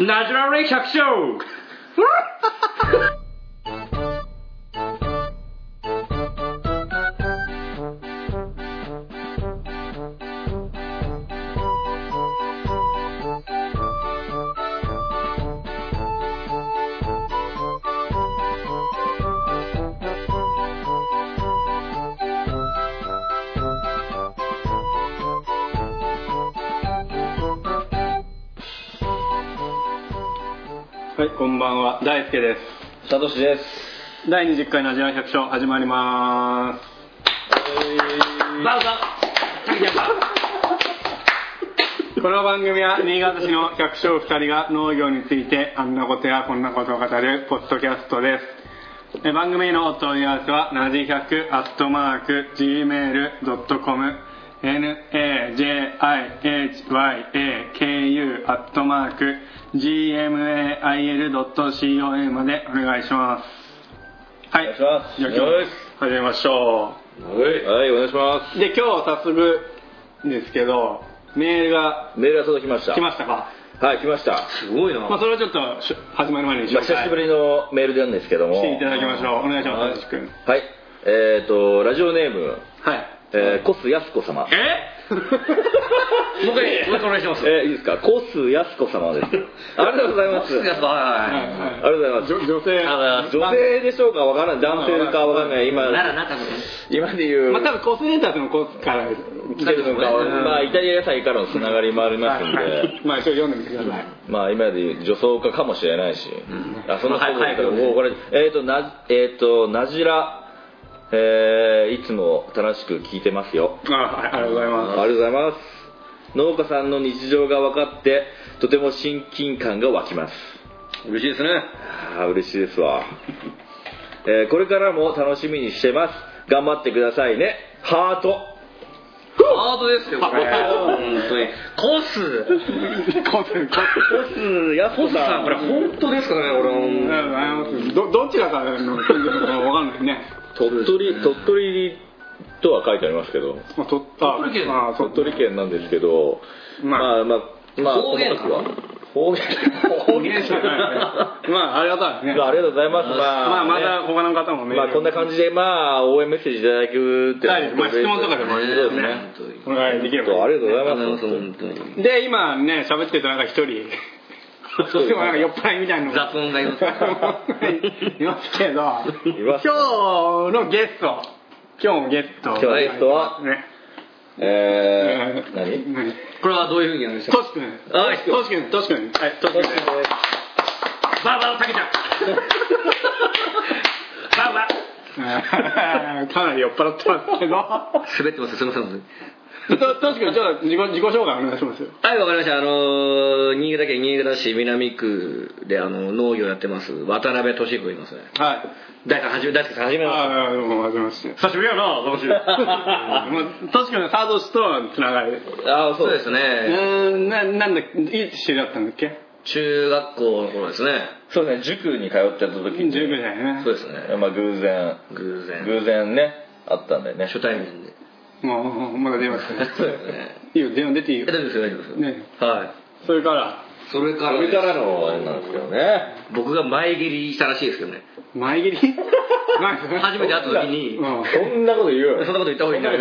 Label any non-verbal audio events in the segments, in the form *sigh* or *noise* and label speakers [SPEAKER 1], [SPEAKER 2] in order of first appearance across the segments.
[SPEAKER 1] ナチュラル百姓はいこんばんは大輔で
[SPEAKER 2] サトシです。
[SPEAKER 1] す第20回ナチュラル百姓始まりま
[SPEAKER 2] バウ
[SPEAKER 1] す *laughs* この番組は新潟市の百姓2人が農業についてあんなことやこんなことを語るポッドキャストですえ番組へのお問い合わせはなじ100アットマーク Gmail.com najihyaku アットマーク gmail.com までお願いしますはい
[SPEAKER 2] お願いします
[SPEAKER 1] じゃあ今日始めましょう
[SPEAKER 2] はい、はい、お願いしま
[SPEAKER 1] で今日早速ですけどメールが
[SPEAKER 2] す。メールが届きました。
[SPEAKER 1] 来ましたか、
[SPEAKER 2] はい、来ました。すごいな。
[SPEAKER 1] まあ、
[SPEAKER 2] ま
[SPEAKER 1] それはちょっとし始まる前に
[SPEAKER 2] あ、
[SPEAKER 1] 紹
[SPEAKER 2] 久
[SPEAKER 1] 介
[SPEAKER 2] しぶりのメールなんですけども。
[SPEAKER 1] していただきましょうお願いします足
[SPEAKER 2] はい
[SPEAKER 1] 立君
[SPEAKER 2] はい、えっと、ラジオネーム、
[SPEAKER 1] はい
[SPEAKER 2] えーコスヤスコ様。 *laughs*
[SPEAKER 1] えもう
[SPEAKER 3] もう一回、もう一回お願いします。
[SPEAKER 2] えーいいですか、コスヤスコ様
[SPEAKER 1] *laughs*
[SPEAKER 2] です。ありがとうございます。
[SPEAKER 3] すいませんはいはいはい。
[SPEAKER 2] ありがとうございます
[SPEAKER 1] 女女性
[SPEAKER 3] あの
[SPEAKER 2] 女性でしょうか、わからない、男性かわからない、今、
[SPEAKER 3] ならな、多分。
[SPEAKER 2] 今で言う。
[SPEAKER 1] まあ多分コスレーターズのコスから
[SPEAKER 2] 来てるのか、
[SPEAKER 3] うん
[SPEAKER 2] まあ、イタリア野菜からのつながりもありますんで。
[SPEAKER 1] まあ一応読んでみてください
[SPEAKER 2] まあ今でいう女装家かもしれないし、あそんなことだけど、
[SPEAKER 3] はい
[SPEAKER 2] もうこれえっ、となえっ、となじらえーいつも楽しく聞いてますよ
[SPEAKER 1] あはいありがとうござい
[SPEAKER 2] あ
[SPEAKER 1] ま
[SPEAKER 2] りがとうございます農家さんの日常が分かってとても親近感が湧きます
[SPEAKER 3] 嬉しいですね。
[SPEAKER 2] ああ嬉しいですわ、えーこれからも楽しみにしてます頑張ってくださいねハート
[SPEAKER 3] ハードですよ、これ。
[SPEAKER 1] あ
[SPEAKER 3] 本当に。コス。
[SPEAKER 1] *laughs* すコスコ
[SPEAKER 2] コスや
[SPEAKER 3] コスさん、これ
[SPEAKER 2] ん
[SPEAKER 3] 本当ですかね、これ。
[SPEAKER 1] スありがとうございますどどちらからの住んでるのかわかんないね
[SPEAKER 2] 鳥取鳥取とは書いてありますけど
[SPEAKER 1] まあと
[SPEAKER 3] 鳥取県
[SPEAKER 1] ああそう
[SPEAKER 2] 鳥取県なんですけど、
[SPEAKER 1] ま
[SPEAKER 2] ま
[SPEAKER 1] あ *laughs*
[SPEAKER 2] あ、まあ、まあ、
[SPEAKER 3] 方言か
[SPEAKER 2] 細かくは方言。
[SPEAKER 3] 方言 *laughs* じゃな
[SPEAKER 1] まあありがたいですね
[SPEAKER 2] まあ、ありがとうございます。
[SPEAKER 1] ま
[SPEAKER 2] まあ、
[SPEAKER 1] あま
[SPEAKER 2] ね
[SPEAKER 1] た他の方もメール
[SPEAKER 2] まあ、こんな感じで、まあ、応援メッセージいただくって。
[SPEAKER 1] はいまあ質問とかでもいいですね
[SPEAKER 2] ね。
[SPEAKER 3] 本当に
[SPEAKER 1] お願いできれば
[SPEAKER 2] ありがとうござい
[SPEAKER 3] あり
[SPEAKER 2] ま
[SPEAKER 3] がとうござい
[SPEAKER 2] す。
[SPEAKER 3] ます本当に。
[SPEAKER 1] で今ね喋ってたなんか一人
[SPEAKER 2] そうですね
[SPEAKER 1] でもなんか酔っ払いみたいなの
[SPEAKER 3] 雑音がいま
[SPEAKER 1] *laughs*
[SPEAKER 3] す。
[SPEAKER 1] いますけど今日のゲスト今日のゲスト
[SPEAKER 2] 今日のゲストは
[SPEAKER 1] ね
[SPEAKER 2] えー、何
[SPEAKER 1] 何
[SPEAKER 3] これはどういう風にやるんです
[SPEAKER 1] ト
[SPEAKER 3] か
[SPEAKER 1] シ君
[SPEAKER 3] はい
[SPEAKER 1] トシ君トシ君はいトシ君
[SPEAKER 3] バーバータケちゃん。バーバー。
[SPEAKER 1] あー *laughs* かなり酔っ払ってますけ
[SPEAKER 2] *laughs*
[SPEAKER 1] ど
[SPEAKER 3] 滑ってます、すみません。本当
[SPEAKER 1] と
[SPEAKER 3] に
[SPEAKER 1] トシ君ちょっと自己自己紹介お願いしますよ
[SPEAKER 3] はい、わかりました。あのー、新潟県新潟市南区で、あの、農業やってます、渡辺俊彦いますね。
[SPEAKER 1] はい
[SPEAKER 3] 大さん、はじめ、大輔さん、はじめまして。
[SPEAKER 1] ああどうもはじめまして久しぶりやな楽し *laughs* いトシ君のサード氏とのつながりで
[SPEAKER 2] ああ、そうです。
[SPEAKER 3] す
[SPEAKER 1] う
[SPEAKER 3] ね。
[SPEAKER 1] ーんななんだいつ知り合ったんだっけ
[SPEAKER 3] 中学校の頃ですね。
[SPEAKER 2] そうですね、塾に通ってた時
[SPEAKER 1] 19
[SPEAKER 2] に、
[SPEAKER 1] 歳ね
[SPEAKER 3] そうですね。
[SPEAKER 2] まあ、偶然、
[SPEAKER 3] 偶然。
[SPEAKER 2] 偶然ね、あったんだよね。
[SPEAKER 3] 初対面で。
[SPEAKER 1] もうまだ電話してない
[SPEAKER 3] そうですね。
[SPEAKER 1] いいよ電話出ていい
[SPEAKER 3] え、
[SPEAKER 1] よ
[SPEAKER 3] 大丈夫ですよ、大丈夫ですよ。
[SPEAKER 1] ね
[SPEAKER 3] はい。
[SPEAKER 1] それから
[SPEAKER 3] それか
[SPEAKER 2] そ
[SPEAKER 3] らね、
[SPEAKER 2] れからのあれなんですけどね。
[SPEAKER 3] 僕が前蹴りしたらしいですけどね。
[SPEAKER 1] 前切り何それ
[SPEAKER 3] 初めて会った時に
[SPEAKER 1] う、ん
[SPEAKER 2] そんなこと言う
[SPEAKER 3] そんなこと言った方がいいんだよ。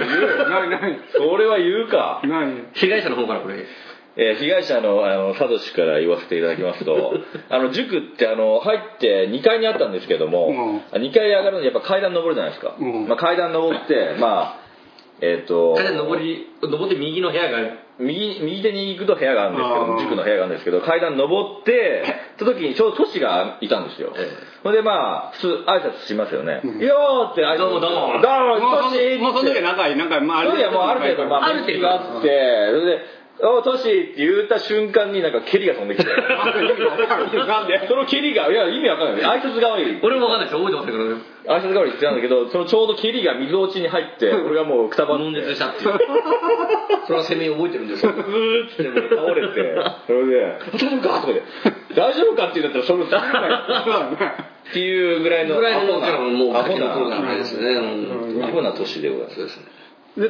[SPEAKER 1] 何何
[SPEAKER 2] それは言うか。
[SPEAKER 1] 何
[SPEAKER 3] 被害者の方からこれ。
[SPEAKER 2] えー被害者のあのサトシから言わせていただきますと *laughs* あの塾ってあの入って2階にあったんですけども、
[SPEAKER 1] うん
[SPEAKER 2] 2階上がるのにやっぱ階段登るじゃないですか、
[SPEAKER 1] うん
[SPEAKER 2] まあ、階段登ってまあえっ、と
[SPEAKER 3] 彼登り、登って右の部屋が、
[SPEAKER 2] 右右手に行くと部屋があるんですけ
[SPEAKER 1] あ
[SPEAKER 2] ど
[SPEAKER 1] ー
[SPEAKER 2] 塾の部屋があるんですけど階段登ってた時にちょうどトシがいたんですよ
[SPEAKER 3] ええ
[SPEAKER 2] ほんでまあ普通挨拶しますよね「
[SPEAKER 1] うん
[SPEAKER 2] いいよ!」って挨拶
[SPEAKER 3] どうもどうも
[SPEAKER 2] どうも
[SPEAKER 1] も
[SPEAKER 2] トシ!」って
[SPEAKER 1] うもうその時は仲いい仲いいまあ
[SPEAKER 2] ある程度もうある程度まあ
[SPEAKER 3] ある程度
[SPEAKER 2] があってそれで「おうトシ」って言った瞬間になんか蹴りが飛ん *laughs* でき
[SPEAKER 1] *laughs*
[SPEAKER 2] て
[SPEAKER 1] なんで
[SPEAKER 2] その蹴りがいや意味わかんない挨拶代わりに
[SPEAKER 3] 俺もわかんないですよ、覚えてませんけどね。
[SPEAKER 2] 挨拶代わりに言ってたんだけどそのちょうど蹴りが水落ちに入 *laughs* って俺がもうくたばって
[SPEAKER 3] 悶絶したって *laughs* いう。それは鮮明に覚えてるんですよ。
[SPEAKER 2] うーっても
[SPEAKER 3] *laughs*
[SPEAKER 2] う倒れてそれで「大丈夫か?」とかで「大丈夫か?」って言うんだったらそれ倒れない
[SPEAKER 1] そうだね
[SPEAKER 2] っていうぐらいの
[SPEAKER 3] ぐらいの
[SPEAKER 2] アホな
[SPEAKER 3] もう
[SPEAKER 2] ア
[SPEAKER 3] ガ
[SPEAKER 2] ホ
[SPEAKER 3] キの頃
[SPEAKER 2] な
[SPEAKER 3] なんですね。うん
[SPEAKER 2] アホな年でございます
[SPEAKER 3] そうですね。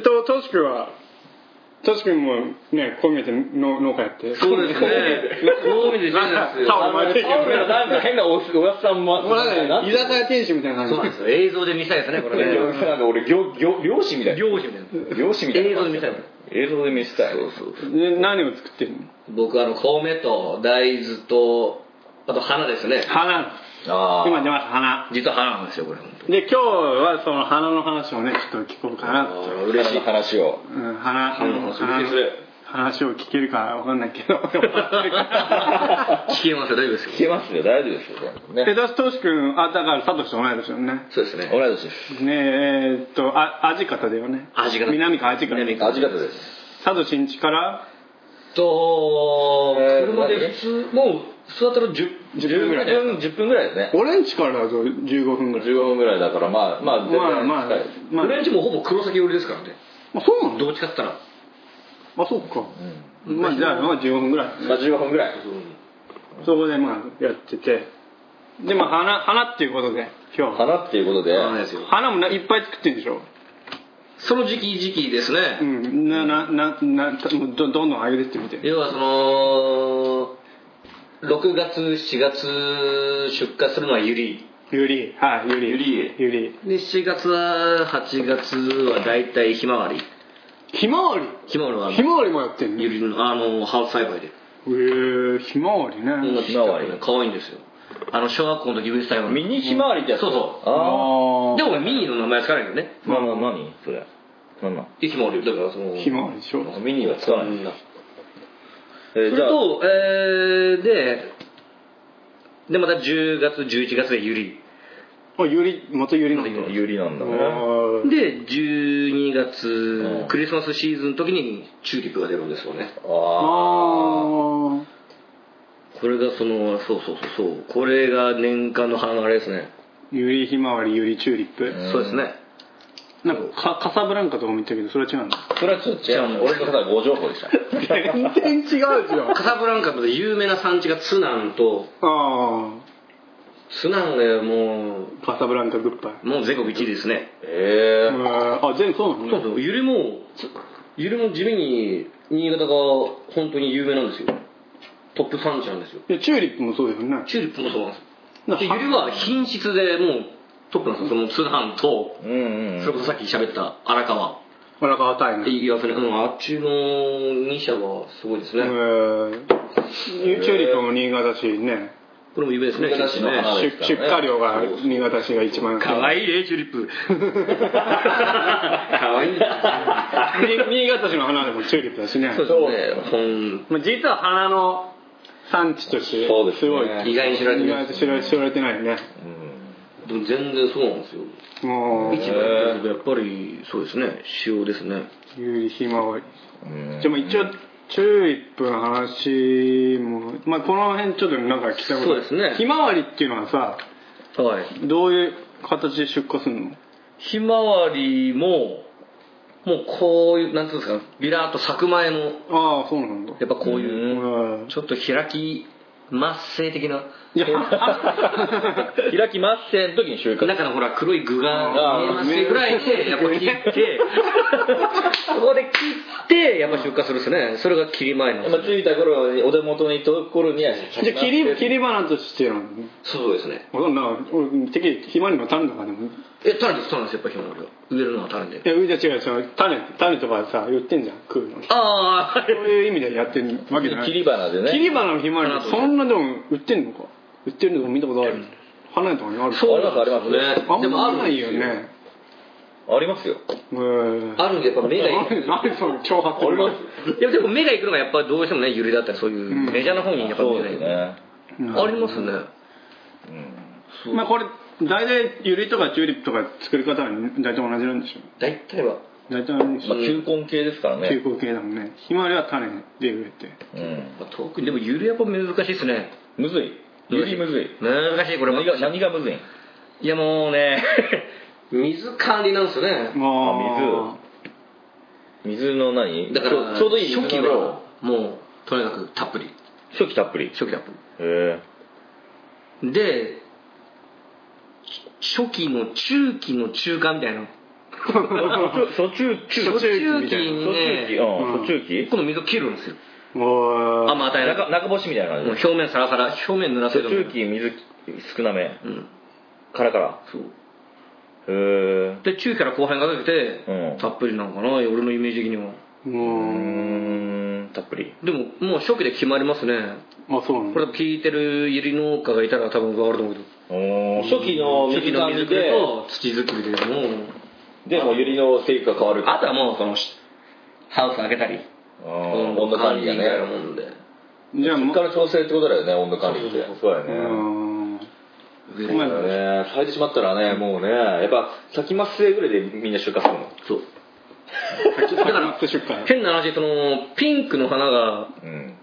[SPEAKER 1] でととしくんはトシ君もねこう見えての農家やって
[SPEAKER 3] そうですねこう見て人生です
[SPEAKER 1] さあ
[SPEAKER 3] よ
[SPEAKER 1] お前
[SPEAKER 4] 青いのなんか変なおおやつさんも
[SPEAKER 1] これ
[SPEAKER 4] な
[SPEAKER 1] は
[SPEAKER 4] ん
[SPEAKER 1] ね
[SPEAKER 4] て
[SPEAKER 1] 居酒屋店主みたいな
[SPEAKER 3] そう
[SPEAKER 1] 感
[SPEAKER 3] なんですよ映像で見たいですねこれね
[SPEAKER 2] なんか俺漁漁漁師みたいな
[SPEAKER 3] 漁師みたいな
[SPEAKER 2] 漁師みたいな
[SPEAKER 3] 映像で見たいな
[SPEAKER 2] 映像で見せたい
[SPEAKER 3] そうそう
[SPEAKER 1] じで何を作ってるの
[SPEAKER 3] 僕あの米と大豆とあと花ですね
[SPEAKER 1] 花
[SPEAKER 2] あ
[SPEAKER 1] 今出ました花
[SPEAKER 3] 実は花なんですよこれ本当に
[SPEAKER 1] で今日はその花の話をねちょっと聞こうかなと
[SPEAKER 2] あ嬉しい話を
[SPEAKER 1] うん花
[SPEAKER 3] 花の話
[SPEAKER 1] 花の
[SPEAKER 3] 聞ける
[SPEAKER 1] 話を聞けるかわかんないけ
[SPEAKER 3] *laughs*
[SPEAKER 1] ど
[SPEAKER 3] 聞けますよ大丈夫です
[SPEAKER 2] 聞
[SPEAKER 3] よ
[SPEAKER 2] けますよ大丈夫ですよ
[SPEAKER 1] え
[SPEAKER 2] ね
[SPEAKER 1] だしとし君あだからサトシと同い年よね
[SPEAKER 3] そうですね
[SPEAKER 2] 同い年です
[SPEAKER 1] ねええーっとあ味方だよね
[SPEAKER 3] 味方
[SPEAKER 1] 南か味方
[SPEAKER 3] 南か
[SPEAKER 2] 味方です
[SPEAKER 1] サトシんちから
[SPEAKER 3] と
[SPEAKER 2] えー
[SPEAKER 3] 車で普通もう座ったら 10,
[SPEAKER 1] 10分ぐらい
[SPEAKER 2] 10分10分ぐらいですね
[SPEAKER 1] 俺んちからだと15分ぐらい
[SPEAKER 2] 15分ぐらいだからまあまあ全然
[SPEAKER 1] まあまあ
[SPEAKER 2] 近い
[SPEAKER 1] まあ
[SPEAKER 3] フレンチもほぼ黒崎寄りですからね
[SPEAKER 1] あそうなの
[SPEAKER 3] どっちかって言ったら
[SPEAKER 1] あそうか、まあじゃあまあ15分ぐらい
[SPEAKER 2] まあ15分ぐらい
[SPEAKER 1] そこでまあやっててでまあ花花っていうことで今日
[SPEAKER 2] 花っていうことで
[SPEAKER 3] 花ですよ
[SPEAKER 1] 花もないっぱい作ってるんでしょ
[SPEAKER 3] その時期時期ですね、
[SPEAKER 1] うんななななどどんどん上げてってみて
[SPEAKER 3] 要はその6月7月出荷するのはユリ
[SPEAKER 1] ゆりはいゆり
[SPEAKER 2] ゆり
[SPEAKER 1] ゆり
[SPEAKER 3] で7月は8月は大体ひまわり
[SPEAKER 1] ひまわり
[SPEAKER 3] ひまわりはあ
[SPEAKER 1] ひ
[SPEAKER 3] の
[SPEAKER 1] まわりもやってんの
[SPEAKER 3] ユ
[SPEAKER 1] へ
[SPEAKER 3] リのあのハウス栽培で
[SPEAKER 1] えー、ひまわりね、
[SPEAKER 2] ひまわり
[SPEAKER 3] 可愛いんですよあの小学校の時植えてたような
[SPEAKER 2] ミニひまわりってやつ
[SPEAKER 3] そうそう
[SPEAKER 2] あ
[SPEAKER 1] ああ
[SPEAKER 3] でもミニの名前つかないけどね
[SPEAKER 2] あなな何それなんなん
[SPEAKER 3] でひまわりだからその
[SPEAKER 1] ひまわりでしょ
[SPEAKER 2] ミニは使わないえ
[SPEAKER 3] そ
[SPEAKER 2] ー
[SPEAKER 3] れ
[SPEAKER 2] じゃあ
[SPEAKER 3] とえー、ででまた10月11月でユリ
[SPEAKER 1] あゆりまたゆりなんだ
[SPEAKER 2] 有利なんだね
[SPEAKER 1] あー
[SPEAKER 3] で12
[SPEAKER 2] う
[SPEAKER 3] 月
[SPEAKER 2] ん
[SPEAKER 3] クリスマスシーズンの時にチューリップが出るんですよね
[SPEAKER 2] あ
[SPEAKER 1] あ
[SPEAKER 3] これがそのそうそうそうそうこれが年間の花あれですね、
[SPEAKER 1] ゆりひまわりゆりチューリップ
[SPEAKER 2] ん
[SPEAKER 3] そうですね
[SPEAKER 1] なんかかカサブランカとかも言ったけどそれは違うの
[SPEAKER 2] それはちょっと違うの俺の方はご情報でした
[SPEAKER 1] 全然違うじゃん
[SPEAKER 3] カサブランカの有名な産地がツナンと
[SPEAKER 1] あ
[SPEAKER 3] ツナンがも
[SPEAKER 1] あカサブランカグッバイ
[SPEAKER 3] うもう全国1位ですね
[SPEAKER 2] ええ
[SPEAKER 1] あ全部そうなの
[SPEAKER 3] そうそうゆりもつゆりも地味に新潟が本当に有名なんですよトップ産地なんですよ
[SPEAKER 1] いやチューリップもそうだよね
[SPEAKER 3] チューリップもそうなん
[SPEAKER 1] な
[SPEAKER 3] ですでゆりは品質でもうトップなんですよそのツナンと
[SPEAKER 2] うんうん
[SPEAKER 3] それこそさっき喋った荒川
[SPEAKER 1] 荒川タイム
[SPEAKER 3] いやそれうんあっちの2社はすごいですね、
[SPEAKER 1] チューリップも新潟市ね
[SPEAKER 3] これも有名ですね
[SPEAKER 2] 新潟市の花
[SPEAKER 1] 出
[SPEAKER 2] ですからね
[SPEAKER 1] 出荷量が新潟市が一番
[SPEAKER 3] かわいいねチューリップかわいいね
[SPEAKER 1] に新潟市の花でもチューリップだしね
[SPEAKER 3] そうですね本
[SPEAKER 1] まあ実は花の産地として
[SPEAKER 2] そうですね
[SPEAKER 1] すごい
[SPEAKER 3] 意外に知られて
[SPEAKER 1] 意
[SPEAKER 3] ない
[SPEAKER 1] 外と知られ知られてないね
[SPEAKER 3] でも全然そうなんですよ
[SPEAKER 1] もう
[SPEAKER 3] 一番やっぱりそうですね塩ですね
[SPEAKER 1] ゆりひまわり
[SPEAKER 2] うん
[SPEAKER 1] でも一応チューリップの話も、まあ、この辺ちょっとなんか聞いたことある
[SPEAKER 3] そうですね
[SPEAKER 1] ひまわりっていうのはさ
[SPEAKER 3] はい
[SPEAKER 1] どういう形で出荷するの
[SPEAKER 3] ひまわりももうこういうなんていうんですかビラーっと咲く前の
[SPEAKER 1] ああそうなんだ
[SPEAKER 3] やっぱこういう
[SPEAKER 1] うん
[SPEAKER 3] ちょっと開き末世的ない
[SPEAKER 1] や
[SPEAKER 2] 開きません時に収穫
[SPEAKER 3] 中のほら黒い具が
[SPEAKER 1] あー
[SPEAKER 3] 見えますぐらいでやっぱ切って *laughs* そこで切ってやっぱ出荷するんですねそれが切り前の
[SPEAKER 2] まあ、着いた頃にお手元に届く頃には
[SPEAKER 1] じゃあ切り切り花としてなのね
[SPEAKER 3] そうですね
[SPEAKER 1] そんな俺てっきりひまわりの種とかでもい
[SPEAKER 3] え種です種ですやっぱひまわりは植えるのは種で
[SPEAKER 1] やうちは違う違う種種とかさ言ってんじゃん食うのそ
[SPEAKER 3] ああ
[SPEAKER 1] ういう意味でやってるわけじゃない
[SPEAKER 2] 切り花でね
[SPEAKER 1] 切り花のひまわりってそんなでも売ってんのか売ってるの見たことある花屋とかにある
[SPEAKER 3] そうなんです
[SPEAKER 2] ありますあり
[SPEAKER 3] ね
[SPEAKER 1] あ
[SPEAKER 3] で
[SPEAKER 1] ん
[SPEAKER 3] も
[SPEAKER 1] ま
[SPEAKER 3] あるん
[SPEAKER 1] ない
[SPEAKER 3] です
[SPEAKER 1] よ
[SPEAKER 3] よ
[SPEAKER 1] ね
[SPEAKER 2] ありますよ
[SPEAKER 1] うん
[SPEAKER 3] あるんでやっぱ目がいく
[SPEAKER 1] 何その挑発的な
[SPEAKER 3] でもでも目がいくのがやっぱどうしてもねゆりだったりそういうメジャーな方にやっぱ目がいく、
[SPEAKER 1] うん
[SPEAKER 3] ありますねそう
[SPEAKER 1] まあこれ大体ユリとかチューリップとか作り方は大体同じなんでしょ
[SPEAKER 3] 大体は
[SPEAKER 1] 大体あれでし
[SPEAKER 2] ま
[SPEAKER 1] ょ
[SPEAKER 2] あ、球根系ですから
[SPEAKER 1] 休
[SPEAKER 2] ね、
[SPEAKER 1] 耕系だもんねひまわりは種で植えて
[SPEAKER 2] うん、
[SPEAKER 3] まあ特にでもゆりやっぱ難しいですね
[SPEAKER 2] むずいよりむずい
[SPEAKER 3] 難しいこれも
[SPEAKER 2] 何が何がむずいん
[SPEAKER 3] いやもう *laughs* ね水管理なんですよね
[SPEAKER 1] ああ
[SPEAKER 2] 水の何
[SPEAKER 3] だから
[SPEAKER 2] ちょちょうどいい水の
[SPEAKER 3] 初期
[SPEAKER 2] 量
[SPEAKER 3] はもうとにかくたっぷり
[SPEAKER 2] 初期たっぷりへ
[SPEAKER 3] 初期たっぷ
[SPEAKER 2] え
[SPEAKER 3] りで初期の中期の中間みたいな
[SPEAKER 2] 初中期
[SPEAKER 3] 初中期に
[SPEAKER 2] 初中期
[SPEAKER 3] ね
[SPEAKER 2] うん
[SPEAKER 1] うん
[SPEAKER 2] 初中期
[SPEAKER 3] この水を切るんですよ
[SPEAKER 1] おー
[SPEAKER 3] あんま与えな
[SPEAKER 2] 中
[SPEAKER 3] か
[SPEAKER 2] 中干しみたいな
[SPEAKER 3] もう
[SPEAKER 2] 感じ
[SPEAKER 3] 表面サラサラ表面濡らせ
[SPEAKER 2] 初
[SPEAKER 3] る
[SPEAKER 2] 中期水少なめ
[SPEAKER 3] うん
[SPEAKER 2] カラカラ
[SPEAKER 3] そう
[SPEAKER 2] へえ
[SPEAKER 3] で中期から後半にかけて、
[SPEAKER 2] うん
[SPEAKER 3] たっぷりなのかな俺のイメージ的には
[SPEAKER 2] う
[SPEAKER 1] も
[SPEAKER 2] ーんたっぷり
[SPEAKER 3] でももう初期で決まりますね
[SPEAKER 1] うあそうなん
[SPEAKER 3] こ
[SPEAKER 1] だ
[SPEAKER 3] れ聞いてるゆり農家がいたら多分分かると思うけど
[SPEAKER 2] おー
[SPEAKER 4] 初期の
[SPEAKER 3] 初期
[SPEAKER 4] 水
[SPEAKER 3] の
[SPEAKER 4] 管
[SPEAKER 3] 水
[SPEAKER 4] で
[SPEAKER 3] 作りと土作りでもう
[SPEAKER 2] でもうユリの生育が変わる
[SPEAKER 3] あとはもうそのハウス開けたり
[SPEAKER 2] あ
[SPEAKER 3] うん
[SPEAKER 2] ー
[SPEAKER 5] 温度管理がね
[SPEAKER 3] 管ぐらいのもんで
[SPEAKER 1] じゃあも
[SPEAKER 5] 出
[SPEAKER 1] う
[SPEAKER 5] 荷の調整ってことだよね温度管理って
[SPEAKER 2] そうだ
[SPEAKER 1] う
[SPEAKER 2] よね
[SPEAKER 1] ん
[SPEAKER 3] 植え
[SPEAKER 1] お
[SPEAKER 3] る
[SPEAKER 1] 前
[SPEAKER 2] だ
[SPEAKER 1] ら
[SPEAKER 2] からね咲いてしまったらねもうねやっぱ咲きますぐらいでみんな出荷するの
[SPEAKER 3] そう
[SPEAKER 1] 先先回って出荷
[SPEAKER 3] 変な話そのピンクの花が
[SPEAKER 2] うん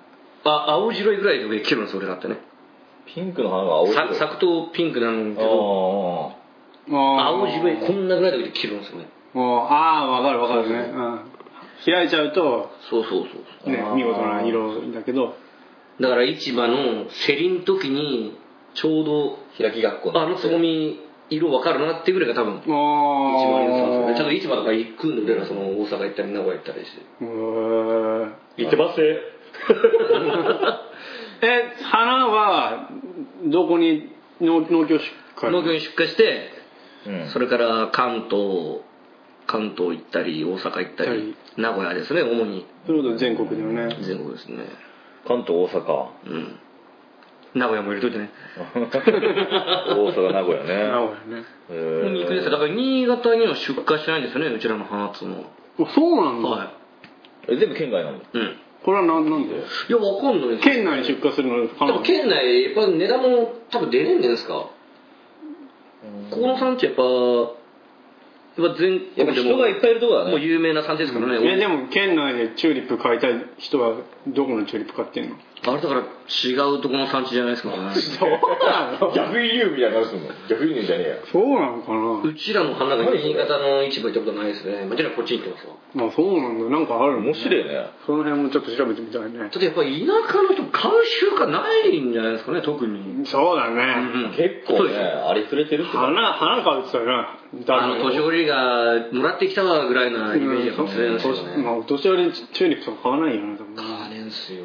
[SPEAKER 3] あ青白いぐらいで植え切るんです俺だってね
[SPEAKER 2] ピンクの花が青い
[SPEAKER 3] さ咲くとピンクなんだけど
[SPEAKER 2] あ
[SPEAKER 3] 青白いこ
[SPEAKER 1] ん
[SPEAKER 3] んなぐらいで植えて切るんですよね
[SPEAKER 1] ああわかるわかるねうん開いちゃうと
[SPEAKER 3] そうそうそう
[SPEAKER 1] ね
[SPEAKER 2] あー
[SPEAKER 1] 見事な色だけど
[SPEAKER 3] だから市場の競りの時にちょう
[SPEAKER 5] 開き学校
[SPEAKER 3] どあのつぼみ色分かるなってぐらいが多分
[SPEAKER 1] あ
[SPEAKER 3] 一番いいですよねちゃんと
[SPEAKER 1] あ
[SPEAKER 3] 市場とか行くんで俺らその大阪行ったり名古屋行ったりして
[SPEAKER 2] 言ってますね
[SPEAKER 1] え花はどこに農農協出荷
[SPEAKER 3] 農業に出荷して
[SPEAKER 2] うん
[SPEAKER 3] それから関東関東行ったり大阪行った
[SPEAKER 1] は
[SPEAKER 3] り名古屋ですね主に
[SPEAKER 1] そういうこと全国だよね
[SPEAKER 3] 全国ですね
[SPEAKER 2] 関東大阪
[SPEAKER 3] *laughs* うん名古屋も入れといてね
[SPEAKER 2] 大阪名古屋
[SPEAKER 1] 名古屋
[SPEAKER 2] ね
[SPEAKER 3] *laughs*
[SPEAKER 1] ね
[SPEAKER 2] へ
[SPEAKER 3] 行くです
[SPEAKER 2] ー
[SPEAKER 3] だから新潟には出荷してないんですよねうちらの花っつうのは
[SPEAKER 1] あそうなんだ、
[SPEAKER 3] は
[SPEAKER 2] え全部県外なの
[SPEAKER 3] いうん
[SPEAKER 1] これはななんで
[SPEAKER 3] いやわかんないです
[SPEAKER 1] 県内に出荷するのか
[SPEAKER 3] で
[SPEAKER 1] な
[SPEAKER 3] も県内やっぱ値段も多分出ねえんじゃないですかここの産地やっぱやっぱ全
[SPEAKER 2] やっぱ
[SPEAKER 3] 国でも
[SPEAKER 2] 人がいっぱいいるとこだね
[SPEAKER 3] もう有名な産地ですからね、
[SPEAKER 1] えでも県内でチューリップ買いたい人はどこのチューリップ買ってんの
[SPEAKER 3] あれだから違うとこの産地じゃないですからね
[SPEAKER 5] 逆輸入みたいな話すんの逆輸入じゃねえよ
[SPEAKER 1] *laughs* そうなのかな
[SPEAKER 3] うちらの花が新潟の市場行ったことないですねもちろんこっち行ってますわ
[SPEAKER 1] まあそうなんだなんかあるのね
[SPEAKER 2] 面白いね
[SPEAKER 1] その辺もちょっと調べてみたいね
[SPEAKER 3] ちょっとやっぱり田舎の人買う習慣ないんじゃないですかね特に
[SPEAKER 1] そうだ
[SPEAKER 3] うん
[SPEAKER 1] ね、
[SPEAKER 3] うん
[SPEAKER 2] 結構
[SPEAKER 3] そう
[SPEAKER 2] ね
[SPEAKER 3] ですよ
[SPEAKER 2] ありふれてるって
[SPEAKER 1] 花花買うって言った
[SPEAKER 3] あ
[SPEAKER 1] ら
[SPEAKER 3] の
[SPEAKER 1] な
[SPEAKER 3] 年寄りがもらってきたわぐらいなイメージかもしれないです
[SPEAKER 1] う
[SPEAKER 3] よ
[SPEAKER 1] ん年ま
[SPEAKER 3] ね
[SPEAKER 1] あ、お年寄りチューリップとか買わないよ *laughs* ね多分ね
[SPEAKER 3] 買わねえんすよ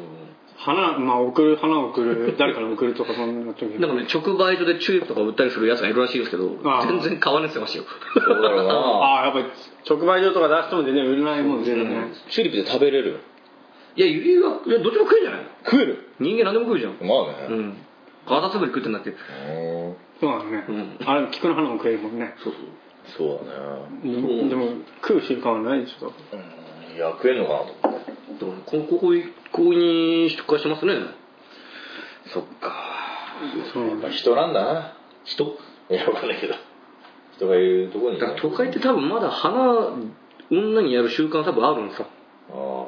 [SPEAKER 1] 花まあ送る花を送る誰から送るとかそんな時
[SPEAKER 3] なんかね直売所でチューリップとか売ったりするやつがいるらしいですけど
[SPEAKER 1] ああ
[SPEAKER 3] 全然買わねえって言 *laughs* ってました
[SPEAKER 2] こと
[SPEAKER 3] よ
[SPEAKER 2] だろうな
[SPEAKER 1] ああやっぱ直売所とか出しても全然売れないもん全然ね
[SPEAKER 2] チューリップで食べれる
[SPEAKER 3] いやゆりはいやどっちも食えんじゃない
[SPEAKER 2] 食える
[SPEAKER 3] 人間何でも食うじゃん
[SPEAKER 2] まあ
[SPEAKER 3] う
[SPEAKER 2] ね
[SPEAKER 3] んカタツムリ食ってんだって
[SPEAKER 2] うん
[SPEAKER 1] そうだね、
[SPEAKER 3] うん
[SPEAKER 1] あれ菊の花も食えるもんね
[SPEAKER 3] そうそう
[SPEAKER 2] そうだね
[SPEAKER 1] でも食う習慣はないでしょ
[SPEAKER 2] うんいや食えるのかなと思って
[SPEAKER 3] でもねここここに出荷してますね
[SPEAKER 2] そっか
[SPEAKER 1] そう
[SPEAKER 5] やっぱ人なんだな
[SPEAKER 3] 人
[SPEAKER 5] いやわかんないけど人がいるとこに
[SPEAKER 3] だから都会って多分まだ花女にやる習慣多分あるんさ
[SPEAKER 2] あ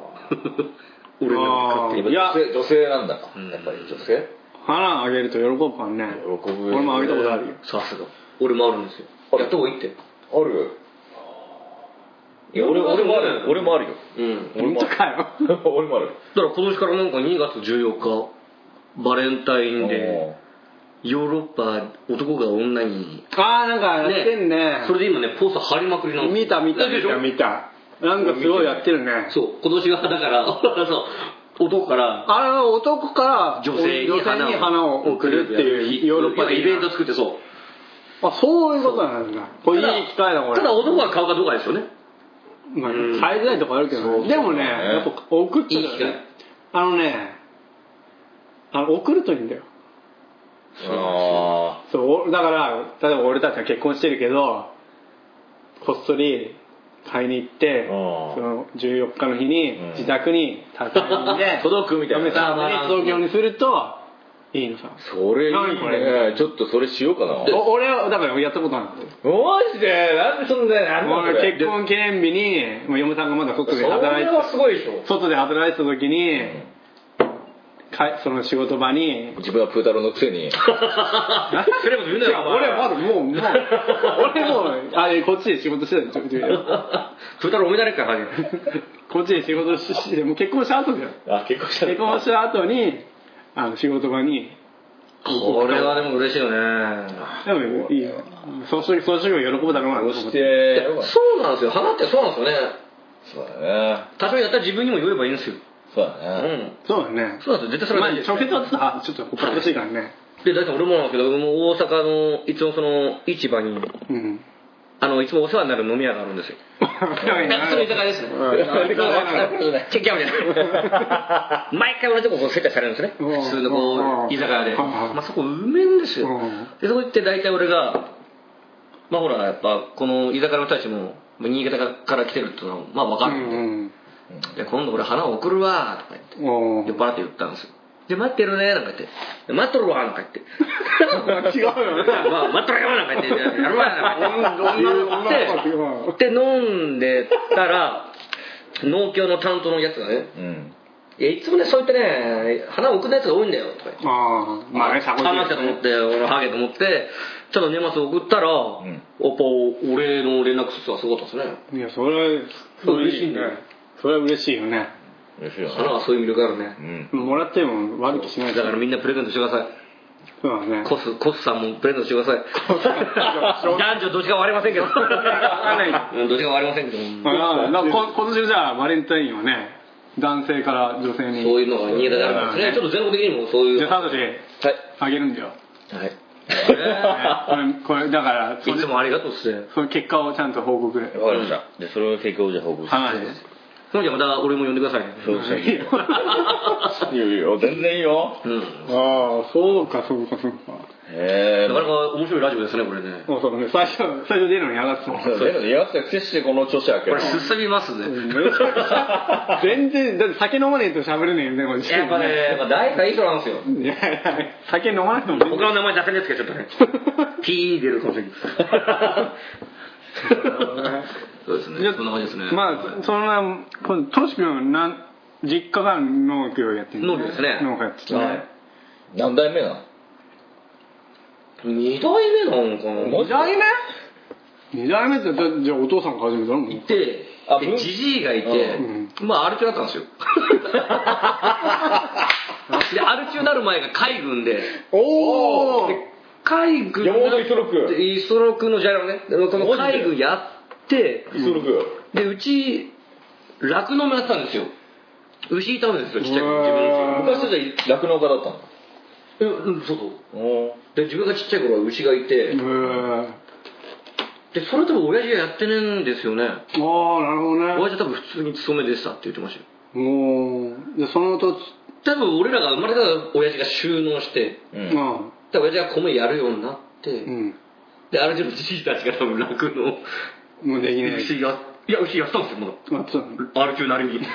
[SPEAKER 3] 俺なんか
[SPEAKER 1] あ
[SPEAKER 3] っ
[SPEAKER 1] ー
[SPEAKER 3] て
[SPEAKER 5] やっぱ
[SPEAKER 1] いや
[SPEAKER 5] 女性女性なんだか
[SPEAKER 3] うん
[SPEAKER 5] やっぱり女性
[SPEAKER 1] 花あげると喜ぶからね
[SPEAKER 5] 喜ぶ
[SPEAKER 1] 俺もあげたことあるよ
[SPEAKER 3] さすが俺もあるんですよ
[SPEAKER 5] あれ
[SPEAKER 3] やった方がいいって
[SPEAKER 5] ある
[SPEAKER 3] いや
[SPEAKER 2] 俺俺もある俺もあるよ
[SPEAKER 3] うんだ
[SPEAKER 2] 俺
[SPEAKER 1] 本
[SPEAKER 2] も
[SPEAKER 1] 当かよ
[SPEAKER 2] *laughs* 俺もある
[SPEAKER 3] から今年からなんか2月14日バレンタインデーヨーロッパ男が女に
[SPEAKER 1] ああなんかやってんね
[SPEAKER 3] それで今ねポスター貼りまくりなんですよ
[SPEAKER 1] 見た見た
[SPEAKER 3] で
[SPEAKER 1] 見
[SPEAKER 3] しょ
[SPEAKER 1] た見たなんかすごいやってるね
[SPEAKER 3] そう今年がだから *laughs* そう男から
[SPEAKER 1] あれは男から
[SPEAKER 3] 女性
[SPEAKER 1] 女
[SPEAKER 3] に
[SPEAKER 1] 性に花を送るっていうヨーロッパ
[SPEAKER 3] で
[SPEAKER 1] で
[SPEAKER 3] イベント作ってそう
[SPEAKER 1] あそういうことなんだこれいい機会だこれ
[SPEAKER 3] ただ男が買うかどうかですよね
[SPEAKER 1] まあ
[SPEAKER 3] うん
[SPEAKER 1] 買いづらいとこあるけどねでもねやっぱ送っちゃう
[SPEAKER 3] いい
[SPEAKER 1] よ
[SPEAKER 3] 機
[SPEAKER 1] ね
[SPEAKER 3] 会
[SPEAKER 1] あのねあの送るといいんだよ
[SPEAKER 2] あ
[SPEAKER 1] そうおだから例えば俺たちが結婚してるけどこっそり買いに行って
[SPEAKER 2] あー
[SPEAKER 1] その14日の日に
[SPEAKER 2] うん
[SPEAKER 1] 自宅に宅配便で
[SPEAKER 2] *laughs* 届くみたいな
[SPEAKER 1] 嫁さんに東京にするといいのさ
[SPEAKER 2] あそれい
[SPEAKER 1] 何これ
[SPEAKER 2] いねちょっとそれしようかな
[SPEAKER 1] お俺はだからやったことな
[SPEAKER 2] マジでなんでそんななんだ
[SPEAKER 1] い
[SPEAKER 2] それ
[SPEAKER 1] 結婚記念日にもう嫁さんがまだ外で働いて
[SPEAKER 3] すごいでしょ
[SPEAKER 1] 外で働いてた時に、かその仕事場に
[SPEAKER 2] 自分はプータローのくせに
[SPEAKER 3] それも言うな
[SPEAKER 1] *laughs* 違う
[SPEAKER 3] よ
[SPEAKER 1] 俺まだもう
[SPEAKER 3] *laughs*
[SPEAKER 1] もう俺もうあれこっちで仕事してたんで
[SPEAKER 3] *laughs* それたらおめだれかはげ
[SPEAKER 1] こっちで仕事ししてもう結婚した後だよ
[SPEAKER 2] あ結婚した
[SPEAKER 1] 結婚した後にあの仕事場に
[SPEAKER 3] これはでも嬉しいよね
[SPEAKER 1] でもいいよそうするそうするよ喜ぶだろうな
[SPEAKER 2] そして
[SPEAKER 3] そうなんですよ花ってそうなんですよね
[SPEAKER 2] そうだね
[SPEAKER 3] 多少やったら自分にも言えばいいんですよ
[SPEAKER 2] そう
[SPEAKER 3] う
[SPEAKER 2] だね
[SPEAKER 3] ん
[SPEAKER 1] そうだね
[SPEAKER 3] そうなんですよ絶対それ
[SPEAKER 1] まあ
[SPEAKER 3] は大事です
[SPEAKER 1] 直接はさちょっとおかしいからね
[SPEAKER 3] で大体俺もなんですけどもう大阪のいつもその市場に
[SPEAKER 1] うん
[SPEAKER 3] あのいつもお世話になる飲み屋があるんですよ *laughs*
[SPEAKER 1] *laughs*
[SPEAKER 3] それ居酒屋ですね。
[SPEAKER 1] うん
[SPEAKER 3] チェックアウトじゃない。毎回同じとここう接待されるんですね。
[SPEAKER 1] うん
[SPEAKER 3] 普通のこ
[SPEAKER 1] うん
[SPEAKER 3] う居酒屋
[SPEAKER 1] う
[SPEAKER 3] で。
[SPEAKER 1] ん
[SPEAKER 3] まあそこうめえんですよ *laughs*
[SPEAKER 1] うん。
[SPEAKER 3] でそこ行って大体俺がまあほらやっぱこの居酒屋の人たちもまあ新潟から来てるっていうのはまあわかるんで。で今度俺花を送るわとか言って
[SPEAKER 1] うんお
[SPEAKER 3] 酔っ払って言ったんですよ。で待ってるねなんか言ってで待っとるわなんか言って。
[SPEAKER 1] 違うよね
[SPEAKER 3] まあ待っとるよなんか言ってやるわなんか言って
[SPEAKER 1] 女の子っていうのは
[SPEAKER 3] で飲んでたら農協の担当のやつがね
[SPEAKER 2] うん
[SPEAKER 3] 「いやいつもねそういったね花を送るやつが多いんだよ」とか言って
[SPEAKER 1] ああまあねサボ
[SPEAKER 3] あなたと思って俺ハゲと思ってちょっと年末送ったら、やっぱ俺の連絡先がすごかったですね
[SPEAKER 1] いやそれは
[SPEAKER 3] そう嬉しいね
[SPEAKER 1] それは嬉しいよね
[SPEAKER 2] 嬉しいよ
[SPEAKER 3] 花はそういう魅力あるね
[SPEAKER 2] うん
[SPEAKER 1] もらっても悪くしない
[SPEAKER 3] だからみんなプレゼントしてください
[SPEAKER 1] そうだね
[SPEAKER 3] コスコスさんもプレゼントしてください
[SPEAKER 1] ん
[SPEAKER 3] 男女どっちか割れませんけ *laughs* ど
[SPEAKER 1] かんない
[SPEAKER 3] うんどっちか割れませんけど
[SPEAKER 1] ああなんかこ今年のじゃあバレンタインはね男性から女性に
[SPEAKER 3] そういうのが新潟であるんですねちょっと全国的にもそういう
[SPEAKER 1] じゃあ
[SPEAKER 3] は
[SPEAKER 1] サトシ
[SPEAKER 3] い
[SPEAKER 1] あげるんだよ、ね
[SPEAKER 3] はい
[SPEAKER 1] これこれだからそ
[SPEAKER 3] いつ
[SPEAKER 1] れ
[SPEAKER 3] もありがとうっすね
[SPEAKER 1] その結果をちゃんと報告で
[SPEAKER 2] わかりましたでそれを結局じゃあ報告し
[SPEAKER 1] 話
[SPEAKER 2] て
[SPEAKER 1] で
[SPEAKER 3] そのじゃまた俺も呼んでくださいね
[SPEAKER 2] そうしたいいよ
[SPEAKER 1] あ
[SPEAKER 2] いいよ全然いいよ
[SPEAKER 3] うん
[SPEAKER 1] あそうかそうかそうか
[SPEAKER 2] へえ
[SPEAKER 3] なかなか面白いラジオですねこれね
[SPEAKER 1] そうそうね最初最初出るの嫌がってたもん
[SPEAKER 2] やってくせしてこの調子やけど
[SPEAKER 3] これ進みますね
[SPEAKER 1] めちゃくちゃ全然だって酒飲まねえと喋れねえみたいなことしてる
[SPEAKER 3] やっぱねやっぱ大体いい人なんですよ
[SPEAKER 1] いやいや酒飲まなくても
[SPEAKER 3] 僕の名前出せないですけどちょっとねピー出るかもしれない *laughs* そうですね
[SPEAKER 1] じゃあ
[SPEAKER 3] そんな感じですね
[SPEAKER 1] まあそのままトロシ君なん実家が農業やってる
[SPEAKER 3] 農業ですね
[SPEAKER 1] 農家やっててね、
[SPEAKER 3] はい
[SPEAKER 2] 何代目なの
[SPEAKER 3] 二代目なんかな
[SPEAKER 1] 二代目二代目ってだじゃあお父さんから始めたの
[SPEAKER 3] いて
[SPEAKER 2] あ
[SPEAKER 3] で
[SPEAKER 2] 文
[SPEAKER 3] じじいがいて、
[SPEAKER 1] う
[SPEAKER 3] まあアル中だったんですよでアル中になる前が海軍で
[SPEAKER 1] おお
[SPEAKER 3] 海軍
[SPEAKER 5] 山本五十六
[SPEAKER 3] で五十六のジャイロねでこの海軍やって
[SPEAKER 5] 五十六
[SPEAKER 3] でうち酪農もやってたんですよ牛いたんですよちっちゃい頃自
[SPEAKER 1] う
[SPEAKER 3] 分
[SPEAKER 1] わ
[SPEAKER 3] の
[SPEAKER 2] 昔じゃあ酪農家だったの
[SPEAKER 3] えうんそうそう
[SPEAKER 2] お
[SPEAKER 3] で自分がちっちゃい頃は牛がいてでそれでも親父がやってねえんですよね
[SPEAKER 1] おおなるほどね
[SPEAKER 3] 親父は多分普通に勤めでしたって言ってましたよ
[SPEAKER 1] おおじゃあそのと
[SPEAKER 3] 多分俺らが生まれたら親父が収納して
[SPEAKER 2] う
[SPEAKER 1] うんん
[SPEAKER 3] で親父が米やるようになって、
[SPEAKER 1] うん
[SPEAKER 3] である時のじじいたちが多分酪農
[SPEAKER 1] もうできない
[SPEAKER 3] *laughs* 牛やいや牛やってたんですよまだ
[SPEAKER 1] あ
[SPEAKER 3] *laughs*
[SPEAKER 1] そうなの
[SPEAKER 3] ある中なり
[SPEAKER 1] *laughs*
[SPEAKER 3] にだ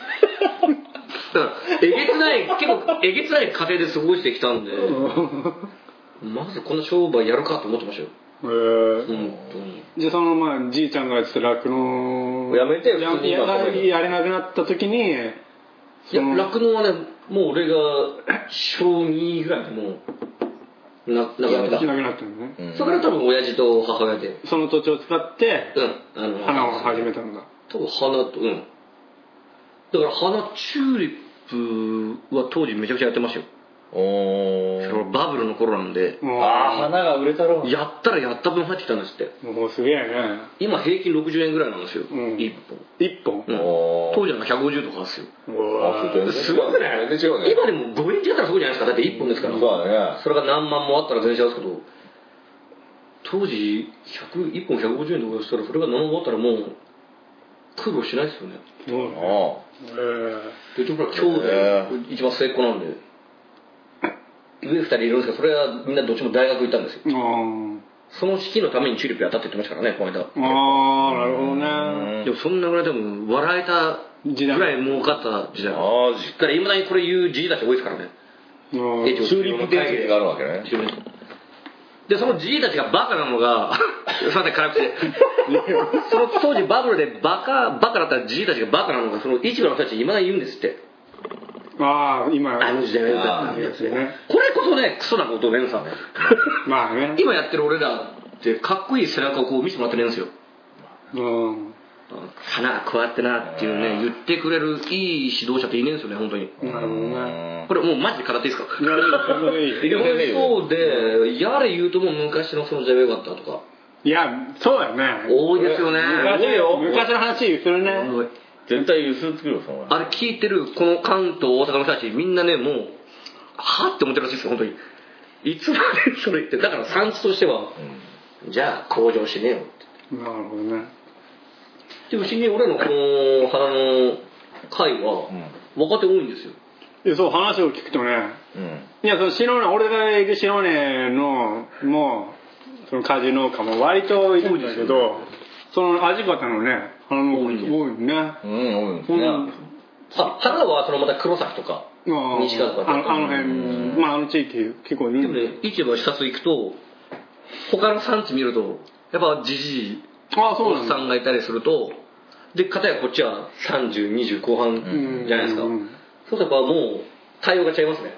[SPEAKER 3] からえげつない結構えげつない家庭で過ごしてきたんでまずこの商売やるかと思ってましたよ
[SPEAKER 1] へー
[SPEAKER 3] 本当に
[SPEAKER 1] じゃあそのまあじいちゃんがやってた酪農
[SPEAKER 2] やめてよ
[SPEAKER 1] や
[SPEAKER 2] 普通に
[SPEAKER 1] や
[SPEAKER 2] 今
[SPEAKER 1] らやれなくなった時に
[SPEAKER 3] いや
[SPEAKER 1] その
[SPEAKER 3] 酪農はねもう俺が小2ぐらいでもうなな
[SPEAKER 2] やめた
[SPEAKER 3] かな
[SPEAKER 1] できな
[SPEAKER 3] か
[SPEAKER 1] くなったのね
[SPEAKER 3] それから多分親父と母親で
[SPEAKER 1] その土地を使って
[SPEAKER 3] うんあの
[SPEAKER 1] 花を始めたんだ
[SPEAKER 3] 多分花とうんだから花チューリップは当時めちゃくちゃやってましたよ
[SPEAKER 2] お
[SPEAKER 3] それはバブルの頃なんで
[SPEAKER 1] お
[SPEAKER 2] ああ花が売れたろう
[SPEAKER 3] やったらやった分入ってきたんですって
[SPEAKER 1] ーもうすげえね
[SPEAKER 3] 今平均60円ぐらいなんですよ、
[SPEAKER 1] うん
[SPEAKER 3] 一本、
[SPEAKER 1] 一本
[SPEAKER 3] うん
[SPEAKER 2] おー
[SPEAKER 3] 当時なんか150とかですよ
[SPEAKER 1] おー
[SPEAKER 3] すごくない
[SPEAKER 5] 全然違うね
[SPEAKER 3] 今でも5円違ったらすごいじゃないですかだって一本ですから、
[SPEAKER 2] そうだね
[SPEAKER 3] それが何万もあったら全然違うんですけど当時100 1本150円とかしたらそれが何万もあったらもう苦労しないですよね
[SPEAKER 1] そうだね
[SPEAKER 2] お
[SPEAKER 1] え
[SPEAKER 3] で僕ら兄弟、
[SPEAKER 2] へ
[SPEAKER 3] 一番末っ子なんで上二人いるんですけどそれはみんなどっちも大学行ったんですよ
[SPEAKER 1] ーあ
[SPEAKER 3] その式のためにチューリップやったって言ってましたからねこの間
[SPEAKER 1] ーあーなるほどね
[SPEAKER 3] でもそんなぐらい多分笑えた
[SPEAKER 1] 時代
[SPEAKER 3] ぐらい儲かった時代だ
[SPEAKER 2] ああ
[SPEAKER 3] からいまだにこれ言うじいたち多いですからね
[SPEAKER 1] あ
[SPEAKER 3] チ
[SPEAKER 1] ー
[SPEAKER 2] チューリップ伝説があるわけね
[SPEAKER 3] でそのじいたちがバカなのが *laughs* すいません辛口でその当時バブルでバカバカだったじいたちがバカなのがその市場の人たちいまだに言うんですって
[SPEAKER 1] あー今
[SPEAKER 3] あの時代はよかったんだよこれこそねクソなことをねんさん *laughs* ね
[SPEAKER 1] まあね
[SPEAKER 3] 今やってる俺らってかっこいい背中をこう見せてもらってるんですよ
[SPEAKER 1] うん
[SPEAKER 3] 花こうやってなっていうね言ってくれるいい指導者っていねえんですよね本当に
[SPEAKER 1] なるほどね
[SPEAKER 3] これもうマジで空手ですか
[SPEAKER 1] いやいや全然いい
[SPEAKER 3] いろいろそうでやれ言うともう昔のそのジャブ良かったとか
[SPEAKER 1] いやそうだよね
[SPEAKER 3] 多いですよね
[SPEAKER 1] 昔よ昔の話にするね
[SPEAKER 3] 多い
[SPEAKER 2] 絶対ゆすってくるよその
[SPEAKER 3] あれ聞いてるこの関東大阪の人たちみんなねもうはって思ってるらしいですよ本当にいつまでそれ言ってだから産地としては、じゃあ向上しねえよって
[SPEAKER 1] なるほどね
[SPEAKER 3] でも不思議に俺のこの花の会は若手多いんですよ
[SPEAKER 1] いやそう話を聞くとねいやその白根俺がいる白根のもうその果樹農家も割といるんだけど、その味方のね花農家も多いね
[SPEAKER 2] うん
[SPEAKER 1] ほん
[SPEAKER 2] うん
[SPEAKER 3] あ花はそのまた黒崎とか
[SPEAKER 1] まあ
[SPEAKER 3] 西川とか
[SPEAKER 1] あのあの辺まああの地域結構い
[SPEAKER 3] で
[SPEAKER 1] る
[SPEAKER 3] も
[SPEAKER 1] んだよ
[SPEAKER 3] ね市場視察行くと他の産地見るとやっぱじじい
[SPEAKER 1] ああそう
[SPEAKER 3] お
[SPEAKER 1] な
[SPEAKER 3] っ
[SPEAKER 1] ん
[SPEAKER 3] さ
[SPEAKER 1] だ
[SPEAKER 3] んがいたりするとで片やこっちは3020後半じゃないですか、
[SPEAKER 1] うん
[SPEAKER 3] そうすればもう対応が違いますね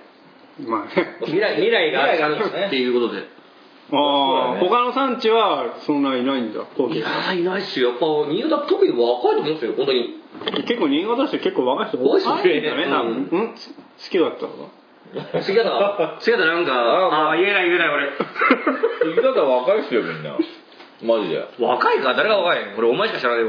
[SPEAKER 1] まあね
[SPEAKER 3] 未来未来があるっていうことで
[SPEAKER 1] ああ、他の産地はそんないないんだこう
[SPEAKER 3] いやーいないっすよやっぱ新潟特に若いと思うんですよ本当に
[SPEAKER 1] 結構新潟市結構若い人
[SPEAKER 3] 多いっすね
[SPEAKER 1] んだね多分、うん、好きだったのか
[SPEAKER 3] 杉田 *laughs* 杉田なんかああー言えない言えない
[SPEAKER 1] *laughs*
[SPEAKER 3] 俺
[SPEAKER 2] 言い方若いっすよみんなマジで
[SPEAKER 3] *laughs* 若いか誰が若いこれお前しか知らない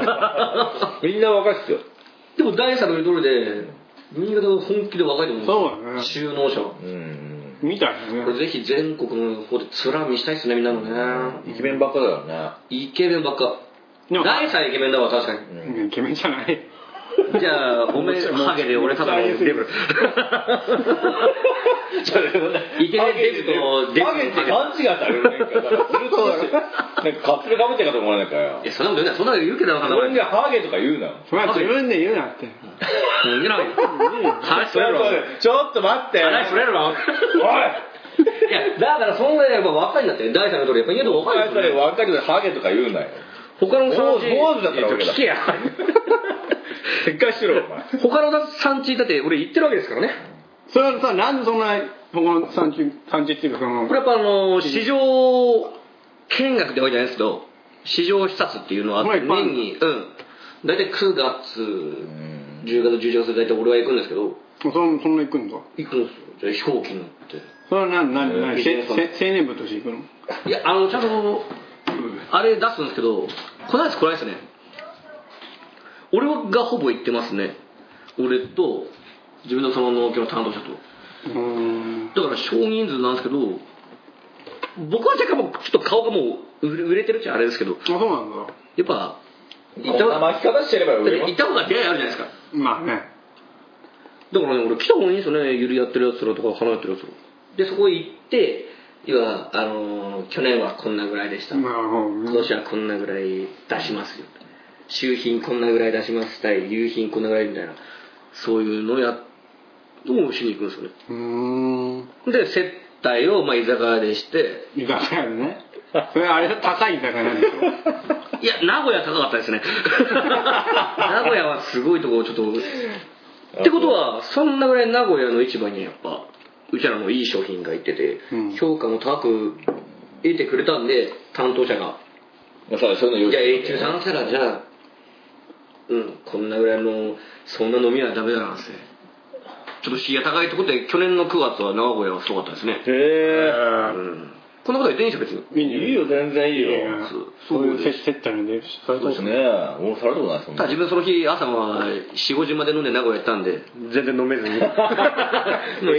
[SPEAKER 3] わ
[SPEAKER 2] みんな若いっすよ
[SPEAKER 3] *laughs* でも第三の言う通りで新潟が本気で若いと思うんですよ
[SPEAKER 1] そうだね
[SPEAKER 3] 収納者
[SPEAKER 2] うんうん
[SPEAKER 1] みたい
[SPEAKER 3] こ
[SPEAKER 1] な
[SPEAKER 3] れ
[SPEAKER 1] ね
[SPEAKER 3] ぜひ全国の方で面見したいっすねみんなのね
[SPEAKER 2] イケメンばっかだよね
[SPEAKER 3] イケメンばっか
[SPEAKER 1] でも
[SPEAKER 3] 第三イケメンだわ確か *laughs* に
[SPEAKER 1] イケメンじゃない
[SPEAKER 3] じゃあ、 *laughs* おめえ、ハゲで俺ただのデブ。イケメンデブとデブのハゲ
[SPEAKER 2] って勘違いされるねんかだからずっとだよなんかカップルかぶってるかと思わないかよ
[SPEAKER 3] いや、そんなこと言うな、そんなこと言うけど、そんな
[SPEAKER 2] そ
[SPEAKER 3] こ
[SPEAKER 2] れでハゲとか言うな
[SPEAKER 1] それは自分で言うなって
[SPEAKER 3] と言うな。話それろ。
[SPEAKER 2] ちょっと待って
[SPEAKER 3] 話それろ。いや、だからそんなやっぱ若いんだって、第三の通り、やっぱ家で
[SPEAKER 2] お
[SPEAKER 3] 若い
[SPEAKER 2] 前
[SPEAKER 3] ん
[SPEAKER 2] そ
[SPEAKER 3] です
[SPEAKER 2] れ
[SPEAKER 3] よね。
[SPEAKER 2] 若いけどハゲとか言うなよ
[SPEAKER 3] 他の産地。
[SPEAKER 2] 坊主だったら
[SPEAKER 3] いや
[SPEAKER 2] 俺ら
[SPEAKER 3] 聞けや。
[SPEAKER 2] 撤回しろお前
[SPEAKER 3] 他の産地だって俺行ってるわけですからね。
[SPEAKER 1] それはさなんでそんなこの産地産地っていうかその
[SPEAKER 3] これやっぱあの、市場見学で多いじゃないですけど、市場視察っていうのはあって、
[SPEAKER 1] これ一般
[SPEAKER 3] 年に、うん。大体9月、10月、11月で大体俺は行くんですけど、
[SPEAKER 1] そんそんな行くんだ
[SPEAKER 3] 行くんですよ。じゃあ飛行機乗っ
[SPEAKER 1] それは何何何
[SPEAKER 3] ビジネスマン
[SPEAKER 1] せせ青年部として行くの
[SPEAKER 3] て。いや、あの、ちゃんと、あれ出すんですけど、こないです、こないですね。俺がほぼ行ってますね。俺と、自分のその農協の担当者と。
[SPEAKER 1] うーん
[SPEAKER 3] だから少人数なんですけど僕は若干もうちょっと顔がもう売れ売れてるっちゃあれですけど
[SPEAKER 1] あそうなんだ
[SPEAKER 3] やっぱ行っ
[SPEAKER 2] こ
[SPEAKER 3] た方
[SPEAKER 2] んな
[SPEAKER 3] が
[SPEAKER 2] 巻き方してれば
[SPEAKER 3] だっ
[SPEAKER 2] 売れ
[SPEAKER 3] て
[SPEAKER 2] ま
[SPEAKER 3] 行
[SPEAKER 2] す
[SPEAKER 3] った方が出会いあるじゃないですか
[SPEAKER 1] まあね
[SPEAKER 3] だからね俺来た方がいいんですよねゆるやってるやつらとか花やってるやつらでそこへ行って要はあのー去年はこんなぐらいでした
[SPEAKER 1] な
[SPEAKER 3] 今
[SPEAKER 1] るほど
[SPEAKER 3] 年はこんなぐらい出しますよ秋品こんなぐらい出します対夕品こんなぐらいみたいなそういうのをやっをしに行くんですよね
[SPEAKER 1] うーん
[SPEAKER 3] で接待をまあ居酒屋でして
[SPEAKER 1] 居酒屋でねそれあれ高い居酒屋なんでしょ
[SPEAKER 3] いや、名古屋高かったで
[SPEAKER 1] *laughs*
[SPEAKER 3] すね。名古屋はすごいとこちょっと。ってことは、そんなぐらい名古屋の市場にやっぱ、うちらのいい商品がいってて、
[SPEAKER 1] うん
[SPEAKER 3] 評価も高く得てくれたんで、担当者が、
[SPEAKER 2] まあそうそういうの
[SPEAKER 3] じゃあ
[SPEAKER 2] 言
[SPEAKER 3] A 級さんしたら、じゃあ、うん、こんなぐらいの、そんな飲みはダメだなんですね。ちょっと敷居が高いってことで、去年の9月は名古屋はすごかったですね。
[SPEAKER 2] へ
[SPEAKER 3] うん。こんなこと言っていいんでしょ、別に。
[SPEAKER 1] いい
[SPEAKER 2] えいいよ全然いいよ
[SPEAKER 3] そう
[SPEAKER 1] そういう接接待に出るし最
[SPEAKER 2] そうですね俺されたことないそんな
[SPEAKER 3] ただ自分その日朝は45時まで飲んで名古屋行ったんで全然飲めずにもう1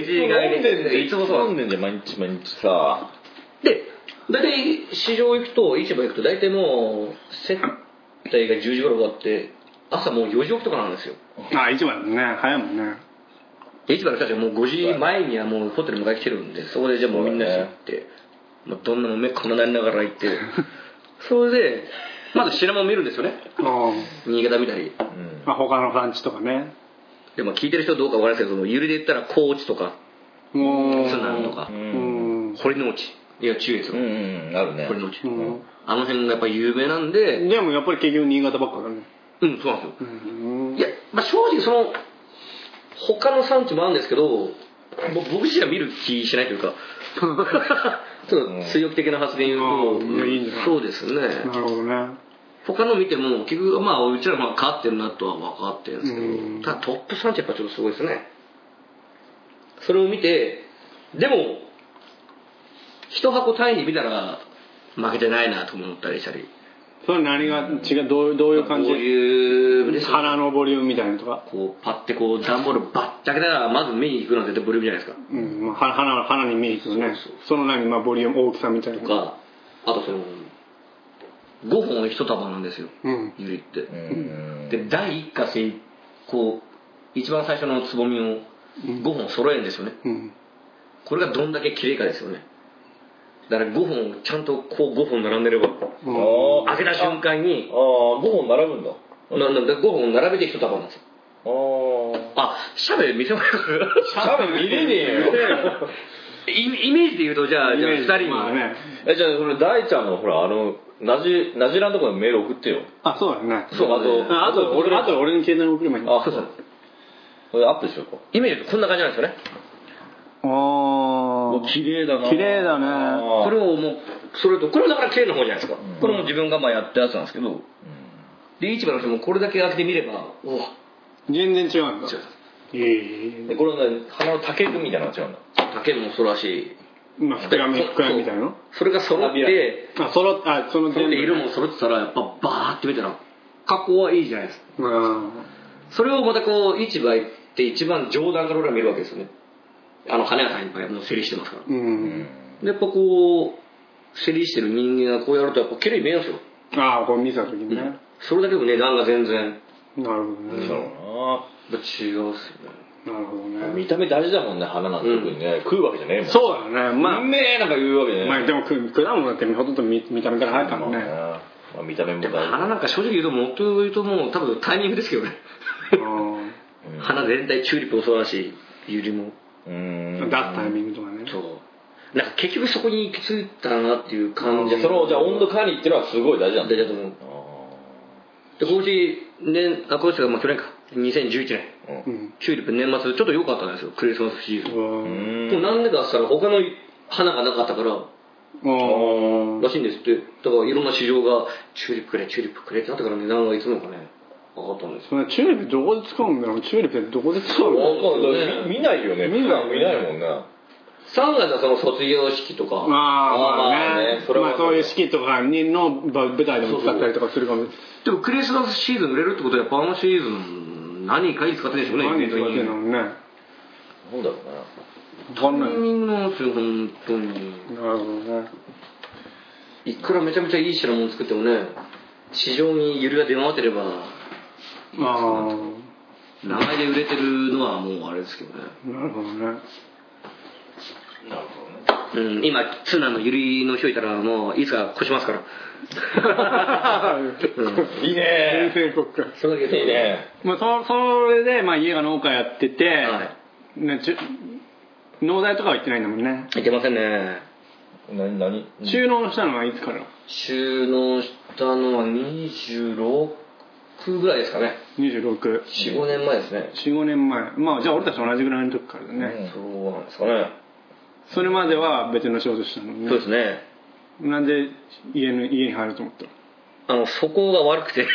[SPEAKER 3] 時間
[SPEAKER 2] 飲んでんじゃん
[SPEAKER 3] いつもそう
[SPEAKER 2] 飲んでんじゃん毎日毎日さ
[SPEAKER 3] で大体市場行くと市場行くと大体もう接待が10時頃終わって朝もう4時起きとかなんですよ
[SPEAKER 1] *laughs* あ一番ね早いもんね
[SPEAKER 3] で市場の人たちはもう5時前にはもうホテル迎え来てるんでそこでじゃあもうみんなで行って、まあ、どんなもめっこんなになりながら行ってそれでまず品物見るんですよね
[SPEAKER 1] あ
[SPEAKER 3] 新潟見たり
[SPEAKER 2] うん
[SPEAKER 1] あ他の産地とかね
[SPEAKER 3] でも聞いてる人どうかわからないですけどゆりで言ったら高知とか
[SPEAKER 1] もう
[SPEAKER 3] 津南とか
[SPEAKER 2] う
[SPEAKER 1] うんん
[SPEAKER 3] 堀之内いや注意です
[SPEAKER 2] う
[SPEAKER 3] よ、
[SPEAKER 2] んうんあるね
[SPEAKER 3] 堀之内、
[SPEAKER 1] うん
[SPEAKER 3] あの辺がやっぱ有名なんで
[SPEAKER 1] でもやっぱり結局新潟ばっかだね
[SPEAKER 3] うんそうなんですよ
[SPEAKER 1] うん
[SPEAKER 3] いや、まあ、正直その他の産地もあるんですけどぼ僕自身は見る気しないというか *laughs* ちょっと強気的な発言言うと、
[SPEAKER 1] うんいやいいんじゃない
[SPEAKER 3] そうですね
[SPEAKER 1] なるほどね
[SPEAKER 3] 他の見ても結局まあうちらの方が勝ってるなとは分かってるんです
[SPEAKER 1] うん
[SPEAKER 3] けどただトップ3ってやっぱちょっとすごいですねそれを見てでも一箱単位で見たら負けてないなとも思ったりしたり
[SPEAKER 1] それ何が違うどうどういう感じ
[SPEAKER 3] こういうですね
[SPEAKER 1] 花のボリュームみたいなのとか、
[SPEAKER 3] こうパッてこう段ボールバッて開けたらまず目に行くのは絶対ブルーじゃないですか
[SPEAKER 1] うんまあ、花花花に見えてるね
[SPEAKER 3] そうそ
[SPEAKER 1] そ
[SPEAKER 3] う
[SPEAKER 1] の何、まあ、ボリューム大きさみたいな
[SPEAKER 3] とかあとその5本一束なんですよ
[SPEAKER 1] うん
[SPEAKER 3] ゆりって、
[SPEAKER 5] うん
[SPEAKER 3] で第一課成こう一番最初のつぼみを5本揃えるんですよね
[SPEAKER 1] うん
[SPEAKER 3] これがどんだけ綺麗かですよねだから5本ちゃんとこう5本並んでれば
[SPEAKER 1] う
[SPEAKER 5] あー
[SPEAKER 1] ん
[SPEAKER 3] 開けた瞬間に
[SPEAKER 5] あー5本並ぶんだ
[SPEAKER 3] ななんだ5本並べて一束なんですよ
[SPEAKER 5] あー
[SPEAKER 3] あシャベ見せます
[SPEAKER 5] 多分見れねえよ
[SPEAKER 3] イイメージで言うとじゃあじゃあ2人に、
[SPEAKER 1] まあね
[SPEAKER 2] えじゃあそれ大ちゃんのほらあのなじなじらんとこにメール送ってよ
[SPEAKER 1] あそうだね
[SPEAKER 2] そうあと
[SPEAKER 1] ああと俺あと俺に携帯に送ればいい
[SPEAKER 2] あそうそうこれアップしようか
[SPEAKER 3] イメージで言うとこんな感じなんですよね
[SPEAKER 1] ああ
[SPEAKER 2] 綺麗だな
[SPEAKER 1] 綺麗だね
[SPEAKER 2] あー
[SPEAKER 3] これをもうそれとこれもだから綺麗な方じゃないですか、これも自分がまあやったやつなんですけどで市場の人もこれだけ開けてみればおお
[SPEAKER 1] 全然違うんだ
[SPEAKER 3] 違う
[SPEAKER 1] いえいえいえ
[SPEAKER 2] でこれね花の竹組みたいなのが違うんだ
[SPEAKER 3] 竹もそうらしい
[SPEAKER 1] まあ膨らみ膨らみみたいなの
[SPEAKER 3] それが揃って
[SPEAKER 1] あそろあその
[SPEAKER 3] 揃って色
[SPEAKER 1] も
[SPEAKER 3] も揃ってたらやっぱバーって見たら加工はいいじゃないですか
[SPEAKER 1] うん
[SPEAKER 3] それをまたこう市場行って一番上段から俺は見るわけですよねあの花屋さんいっぱいもう競りしてますから
[SPEAKER 1] うん
[SPEAKER 3] でやっぱこう競りしてる人間がこうやるとやっぱ綺麗に見えるんですよ
[SPEAKER 1] ああこれ見た時にねなる
[SPEAKER 3] それだけでも値段が全然
[SPEAKER 1] ほどね
[SPEAKER 3] 違うっすよね
[SPEAKER 1] なるほど
[SPEAKER 2] あ
[SPEAKER 1] ね
[SPEAKER 2] 見た目大事だもんね花なんて
[SPEAKER 3] うん
[SPEAKER 2] 特にね、食うわけじゃねえもん
[SPEAKER 1] そうだねまあ
[SPEAKER 2] うめえなんか言うわけじゃねえ
[SPEAKER 1] まあでもく果物だってほとんど見見た目から入ったもんね
[SPEAKER 2] まあ、見た目も
[SPEAKER 3] で
[SPEAKER 2] 大
[SPEAKER 3] も
[SPEAKER 2] 事
[SPEAKER 3] 花なんか正直言うともっと言うともう多分タイミングですけどね花全体チューリップもそうだしユリも
[SPEAKER 2] う
[SPEAKER 1] うんん出すタイミングとかね
[SPEAKER 3] そうなんか結局そこに行き着いたなっていう感
[SPEAKER 2] じ
[SPEAKER 3] じ
[SPEAKER 2] ゃあそのじゃあ温度管理っていうのはすごい大事なんだ
[SPEAKER 3] 大事だと思うで今年年あ今年がまあ去年か2011年
[SPEAKER 1] うん
[SPEAKER 3] チューリップ年末ちょっと良かったんですよクリスマスシーズン
[SPEAKER 1] うん
[SPEAKER 3] もうなんでかっつったら他の花がなかったから
[SPEAKER 1] うん
[SPEAKER 3] らしいんですってだからいろんな市場がチューリップくれチューリップくれってなったから値段がいつのかね上がったんですよ
[SPEAKER 1] そのチューリップどこで使うんだろうチューリップってどこで使う
[SPEAKER 5] わ
[SPEAKER 1] の
[SPEAKER 5] かんないみ見ないよね
[SPEAKER 1] 見ない
[SPEAKER 5] 普段見ないもんな
[SPEAKER 3] 3月はその卒業式とか
[SPEAKER 1] まあま
[SPEAKER 2] ま
[SPEAKER 1] あ
[SPEAKER 2] あ
[SPEAKER 1] ね
[SPEAKER 2] ねそれは
[SPEAKER 1] まあそういう式とかにのば舞台でも使ったりとかするかも
[SPEAKER 3] でもクリスマスシーズン売れるってことはやっぱあのシーズン何回使ってるんでしょうね
[SPEAKER 1] 何使ってんのね
[SPEAKER 3] 本
[SPEAKER 2] なんだろうな
[SPEAKER 1] 分かん
[SPEAKER 3] 当
[SPEAKER 1] ない
[SPEAKER 3] にタイミングなんですよ本当に
[SPEAKER 1] なるほどね
[SPEAKER 3] いくらめちゃめちゃいい品物作ってもね市場にゆりが出回ってれば
[SPEAKER 1] あ
[SPEAKER 3] 名前で売れてるのはもうあれですけどね、
[SPEAKER 1] あなるほどね
[SPEAKER 3] うん、今ツナのゆりの人いたらもういつか越しますから
[SPEAKER 1] *laughs*
[SPEAKER 5] いいね
[SPEAKER 1] 全然国家
[SPEAKER 3] それだけ
[SPEAKER 5] いいね
[SPEAKER 1] まあそそれで、まあ、家が農家やってて、
[SPEAKER 3] は
[SPEAKER 1] ね、ちゅ農大とかは行ってないんだもんね
[SPEAKER 3] いけませんね
[SPEAKER 5] 何何
[SPEAKER 1] 収納したのはいつから
[SPEAKER 3] 収納したのは26ぐらいですかね
[SPEAKER 1] 2645
[SPEAKER 3] 45年前ですね
[SPEAKER 1] 年前まあじゃあ俺たちと同じぐらいの時からだね、
[SPEAKER 3] そうなんですかね
[SPEAKER 1] それまでは別の仕事してたもんね
[SPEAKER 3] そうですね
[SPEAKER 1] なんで家の家に入ろうと思ったの
[SPEAKER 3] あのそこが悪くて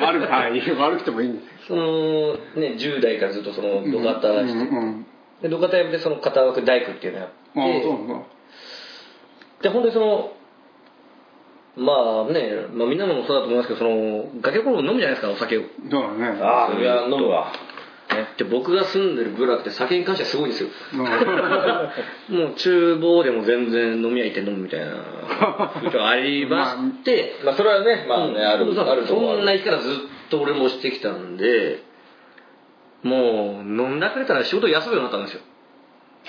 [SPEAKER 1] 悪くはい悪くてもいいんです
[SPEAKER 3] *laughs* そのね10代からずっとその土方
[SPEAKER 1] うん
[SPEAKER 3] して、
[SPEAKER 1] うん
[SPEAKER 3] で土方やめてその片枠大工っていうのやって
[SPEAKER 1] ああそうそう
[SPEAKER 3] で本当にそのまあね、まあ、みんなのもそうだと思いますけどその崖っころ飲むじゃないですかお酒を
[SPEAKER 1] そうだね
[SPEAKER 2] ああそれは飲むわ
[SPEAKER 3] で僕が住んでる部落って酒に関してはすごいんですよ
[SPEAKER 2] *laughs*
[SPEAKER 1] うん
[SPEAKER 3] もう厨房でも全然飲み屋行って飲むみたい
[SPEAKER 2] *laughs*
[SPEAKER 3] なありまして、
[SPEAKER 2] まあそれはねまあね、ある
[SPEAKER 3] そう
[SPEAKER 2] あると
[SPEAKER 3] そ
[SPEAKER 2] こはあ
[SPEAKER 3] んな
[SPEAKER 2] る
[SPEAKER 3] 日からずっと俺もしてきたんでもう飲んだくれたら仕事休むようになったんですよ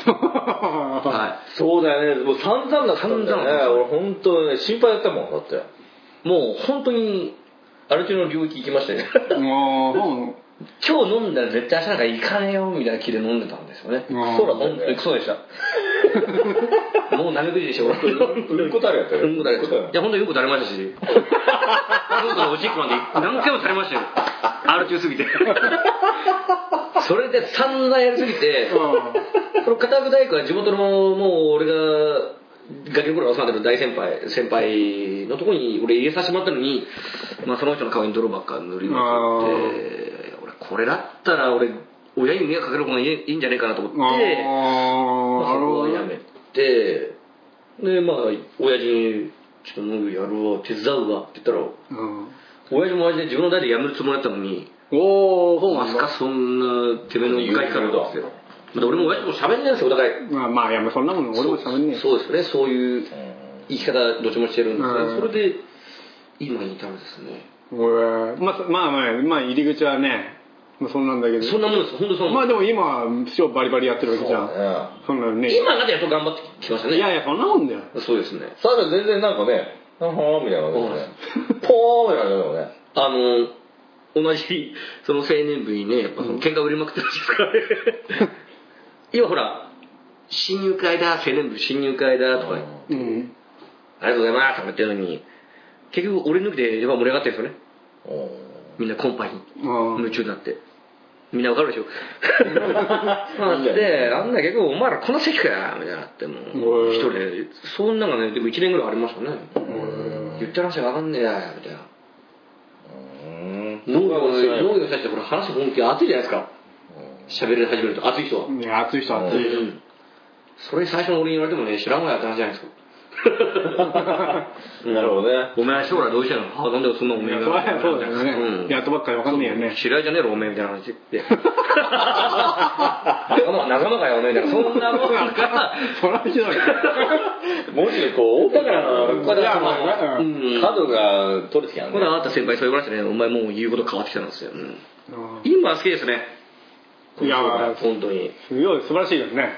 [SPEAKER 3] は
[SPEAKER 2] そうだよねもう散々だったんだ
[SPEAKER 3] 散々だった
[SPEAKER 2] よね俺本当ね心配だったもんだって
[SPEAKER 3] いもう本当にある程度の領域行きました
[SPEAKER 2] *laughs*
[SPEAKER 3] ね
[SPEAKER 1] も
[SPEAKER 3] 今日飲んだら絶対明日なんか行かねえよみたいな気で飲んでたんですよね
[SPEAKER 1] う
[SPEAKER 3] ク
[SPEAKER 1] ん
[SPEAKER 3] ソだったんでクソでした
[SPEAKER 2] *laughs*
[SPEAKER 3] もう嘆くじでしょ俺
[SPEAKER 5] うんこたれやったよ
[SPEAKER 3] うんこだらけでした
[SPEAKER 5] うんこだらけ
[SPEAKER 3] いや本当にうんこ垂れま *laughs* したしうんこからおしっこまで何回も垂れましたよ R 中すぎてそれで散々やりすぎて
[SPEAKER 1] ううん
[SPEAKER 3] この片具大工は地元のもう俺がガキの頃お世話になってる大先輩先輩のとこに俺入れさせてもらったのに、まあ、その人の顔に泥ばっか塗りまくって俺これだったら俺親に迷惑かける方がいいいいんじゃねえかなと思って
[SPEAKER 1] ああなる
[SPEAKER 3] まあそこ
[SPEAKER 1] ほ
[SPEAKER 3] は
[SPEAKER 1] ど
[SPEAKER 3] やめてでまあ親父に「ちょっと農業やるわ手伝うわ」って言ったら
[SPEAKER 1] うん
[SPEAKER 3] 親父も親父で自分の代で辞めるつもりだったのに
[SPEAKER 1] おおそう
[SPEAKER 3] ま
[SPEAKER 1] なん
[SPEAKER 3] さか
[SPEAKER 1] だ
[SPEAKER 3] そんなてめえの外からだってまあ俺も親父も喋んないんですよお互い
[SPEAKER 1] まあまあいやそんなもん俺も喋んねえ
[SPEAKER 3] そうですねそういう生き方どっちもしてるんですね、
[SPEAKER 1] うん
[SPEAKER 3] それで今に至るんですね
[SPEAKER 1] 俺まあそまあまあまあ入り口はねまあそんなんだけ
[SPEAKER 3] そん
[SPEAKER 1] ど
[SPEAKER 3] なもんです本当そんな
[SPEAKER 1] ま
[SPEAKER 3] も
[SPEAKER 1] あ
[SPEAKER 3] ん、
[SPEAKER 1] でも今師匠バリバリやってるわけじゃん
[SPEAKER 5] ね
[SPEAKER 1] そんなのね
[SPEAKER 3] 今になってやっと頑張ってきましたね
[SPEAKER 1] いやいやそんなもんだよ
[SPEAKER 3] そうですね
[SPEAKER 5] 最初全然なんかね、ははみたいな感じでね。ポーみたいな感じだもんね。
[SPEAKER 3] あの同じその青年部にねやっぱその喧嘩売りまくってました
[SPEAKER 1] *laughs*
[SPEAKER 3] からね今ほら新入会だ青年部新入会だとか、
[SPEAKER 1] うん
[SPEAKER 3] ありがとうございますとか言ってるのに結局俺抜きでやっぱ盛り上がってるんですよねみんなコンパに
[SPEAKER 1] うん
[SPEAKER 3] 夢中になってみんなわかるで
[SPEAKER 1] *laughs*
[SPEAKER 3] しょ *laughs* まあであんな結構お前らこんな席かやみたいになっても
[SPEAKER 1] う
[SPEAKER 3] うん一人でそんなのがねでも1年ぐらいありましたね言ってる話わかんねえやみたいな農業の農業の人たちってほら話本気熱いじゃないですか喋り始めると熱い人は、
[SPEAKER 1] いや暑い人は暑い
[SPEAKER 3] それ最初の俺に言われてもね知らんわやって話じゃないですか
[SPEAKER 5] なるほどね。
[SPEAKER 3] お前将来どうしたのあなんでそんなお
[SPEAKER 1] い
[SPEAKER 3] 前
[SPEAKER 1] や
[SPEAKER 3] が
[SPEAKER 1] そりゃそうだよ
[SPEAKER 3] うん
[SPEAKER 1] ねやっとばっかりわかんねえよね
[SPEAKER 3] 知り合いじゃねえろおめえみたいな話って *laughs* 仲間仲間かよおめえみたいなそんなもん *laughs* か
[SPEAKER 1] そりゃひどいね
[SPEAKER 5] もしこう、だから、
[SPEAKER 1] いやまあ
[SPEAKER 3] う
[SPEAKER 1] うん
[SPEAKER 3] ん
[SPEAKER 5] 角が取れてきたん
[SPEAKER 3] ほ
[SPEAKER 5] で。
[SPEAKER 3] らあなた先輩そう言われてねお前もう言うこと変わってきたんですよ、うん
[SPEAKER 1] うん
[SPEAKER 3] 今は好きですね
[SPEAKER 1] *laughs* いや
[SPEAKER 3] 本当に
[SPEAKER 1] すごい素晴らしいですね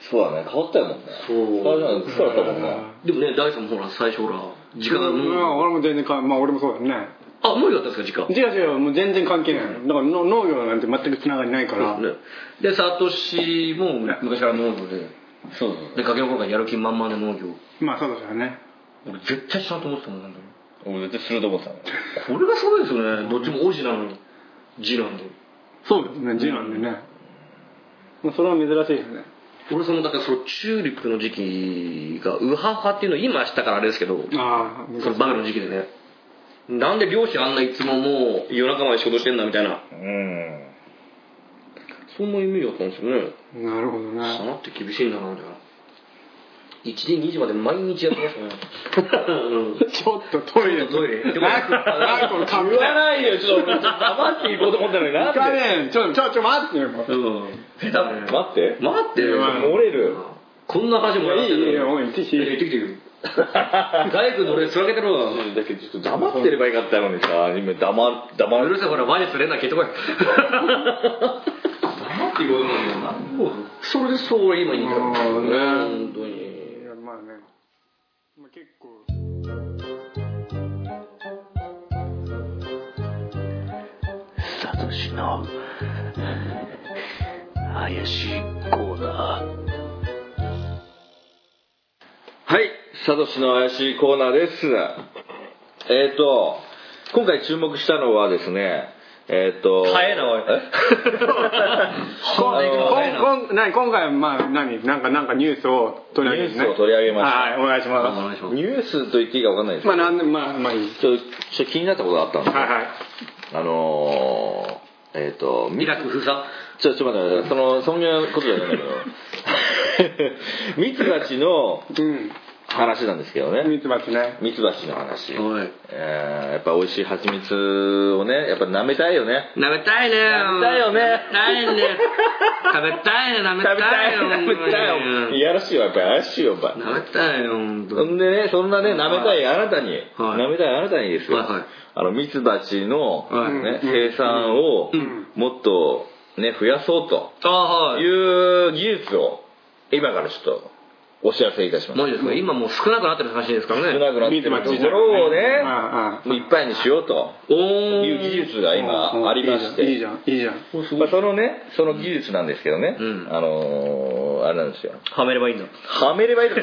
[SPEAKER 5] そうだね、変わったよもんね。
[SPEAKER 3] そう
[SPEAKER 5] 最初なんかそうだったもんね。
[SPEAKER 3] でもね大さんもほら最初ほら時間
[SPEAKER 1] うんまあ俺も全然かまあ俺もそうだね
[SPEAKER 3] あ無理だったんですか時間
[SPEAKER 1] 違う違うもう全然関係ないだからの農業なんて全くつながりないから
[SPEAKER 3] でサトシも昔から農業で
[SPEAKER 5] そうそう
[SPEAKER 3] でガキの頃からやる気満々で農業
[SPEAKER 1] まあそうですよね
[SPEAKER 3] 俺絶対しなと思ってたもんなんだよ
[SPEAKER 5] そう。俺絶対すると思ってたもん。
[SPEAKER 3] これがすごいですよねどっちも王子なのに次男で
[SPEAKER 1] そうですね次男でねまあそれは珍しいですね
[SPEAKER 3] 俺そのだからそのチューリップの時期がウハウハっていうの今知ったからあれですけど
[SPEAKER 1] ああ
[SPEAKER 3] そのバカの時期でねなんで漁師あんないつももう夜中まで仕事してんだみたいな
[SPEAKER 5] うん。
[SPEAKER 3] そんなイメージだったんですよね
[SPEAKER 1] なるほど
[SPEAKER 3] か
[SPEAKER 1] ね
[SPEAKER 3] なって厳しいんだなみたいな1時2時まで毎日やってましたね *laughs* うん
[SPEAKER 1] ちょっとトイレ
[SPEAKER 3] トイレ
[SPEAKER 1] *laughs* 何この髪
[SPEAKER 5] 言わないよ、ちょっと俺、黙っていこうと思ったのに、なん
[SPEAKER 1] い
[SPEAKER 5] で
[SPEAKER 1] かねえちょちょちょ待ってよもう
[SPEAKER 3] うん下手ね
[SPEAKER 5] 待って。
[SPEAKER 3] 待ってよ
[SPEAKER 1] まあ
[SPEAKER 5] 漏れる。
[SPEAKER 3] こんな話もらってんのに
[SPEAKER 1] いやいやいやもう行ってきて
[SPEAKER 3] いや行ってきてる大工の俺つらげてるわ
[SPEAKER 5] だけど、ちょっと黙ってればよかったのにさ、今、黙、黙
[SPEAKER 3] う
[SPEAKER 5] る。
[SPEAKER 3] るせえほらマジすれんな聞いてこいっていうことなんだよなそれでそう今に至るんですよね本当に
[SPEAKER 1] いやまあねまあ結構
[SPEAKER 3] サトシの怪しいコーナー
[SPEAKER 2] はい、サトシの怪しいコーナーです。えっ、ー、と、今回注目したのはですね、えっ、ー、と、
[SPEAKER 3] 早いなおい
[SPEAKER 2] え *laughs*
[SPEAKER 1] こん
[SPEAKER 3] あの
[SPEAKER 1] こんこん何今回はまあ何なんかなんかニュースを取り上げてね
[SPEAKER 2] ニュースを取り上げました
[SPEAKER 1] はいお願いし
[SPEAKER 3] お
[SPEAKER 1] ま
[SPEAKER 3] 願いします
[SPEAKER 2] ニュースと言っていいか分かんないです
[SPEAKER 1] す
[SPEAKER 2] け
[SPEAKER 1] まあ
[SPEAKER 2] ど、
[SPEAKER 1] なんでまあまあいい
[SPEAKER 2] ちょちょっと気になったことがあったんですよ
[SPEAKER 1] はいはい
[SPEAKER 2] あのー、えっ、ー、と、
[SPEAKER 3] イラク封鎖
[SPEAKER 2] ちょ、ちょ、待って待って、その、そんなことじゃないんだけ
[SPEAKER 3] *laughs*
[SPEAKER 2] ど、ミツバチの
[SPEAKER 1] うん
[SPEAKER 2] 話なんですけどね、
[SPEAKER 1] ミツバチね
[SPEAKER 2] ミツバチの話。
[SPEAKER 3] はい
[SPEAKER 2] えーやっぱ美味しい蜂蜜をね、やっぱ舐めたいよね。
[SPEAKER 3] なめたいね
[SPEAKER 2] 舐めたいよね
[SPEAKER 3] 舐めたいね食べたいねなめたいよ
[SPEAKER 2] 舐めたいよ。いやらしいわ、やっぱり怪しいよ、やっぱり。
[SPEAKER 3] なめたいよ本
[SPEAKER 2] ほ
[SPEAKER 3] 当に
[SPEAKER 2] んでね、そんなね、舐めたいあなたに、
[SPEAKER 3] はい
[SPEAKER 2] 舐めたいあなたにですよ、
[SPEAKER 3] はいはい
[SPEAKER 2] あの、ミツバチの、
[SPEAKER 3] はい
[SPEAKER 2] ね、生産を
[SPEAKER 3] うん
[SPEAKER 2] もっとね、増やそうと
[SPEAKER 3] ああはい
[SPEAKER 2] いう技術を、今からちょっとお知らせいたします。
[SPEAKER 3] マジですか今もう少なくなってる話ですから
[SPEAKER 2] 少
[SPEAKER 3] ね
[SPEAKER 2] なくなって
[SPEAKER 1] ミツバ
[SPEAKER 2] る
[SPEAKER 1] チ
[SPEAKER 2] と
[SPEAKER 1] 自
[SPEAKER 2] こ
[SPEAKER 1] 体
[SPEAKER 2] ろをね、
[SPEAKER 1] ああ
[SPEAKER 2] いっぱいにしようと
[SPEAKER 3] お
[SPEAKER 2] いう技術が今ありまして、
[SPEAKER 1] いいじゃんいいじゃんいいじゃん
[SPEAKER 2] まあ、そのねその技術なんですけどね、
[SPEAKER 3] うん
[SPEAKER 2] あのーあれなんですよ
[SPEAKER 3] はめればいいんだ
[SPEAKER 2] はめればいいの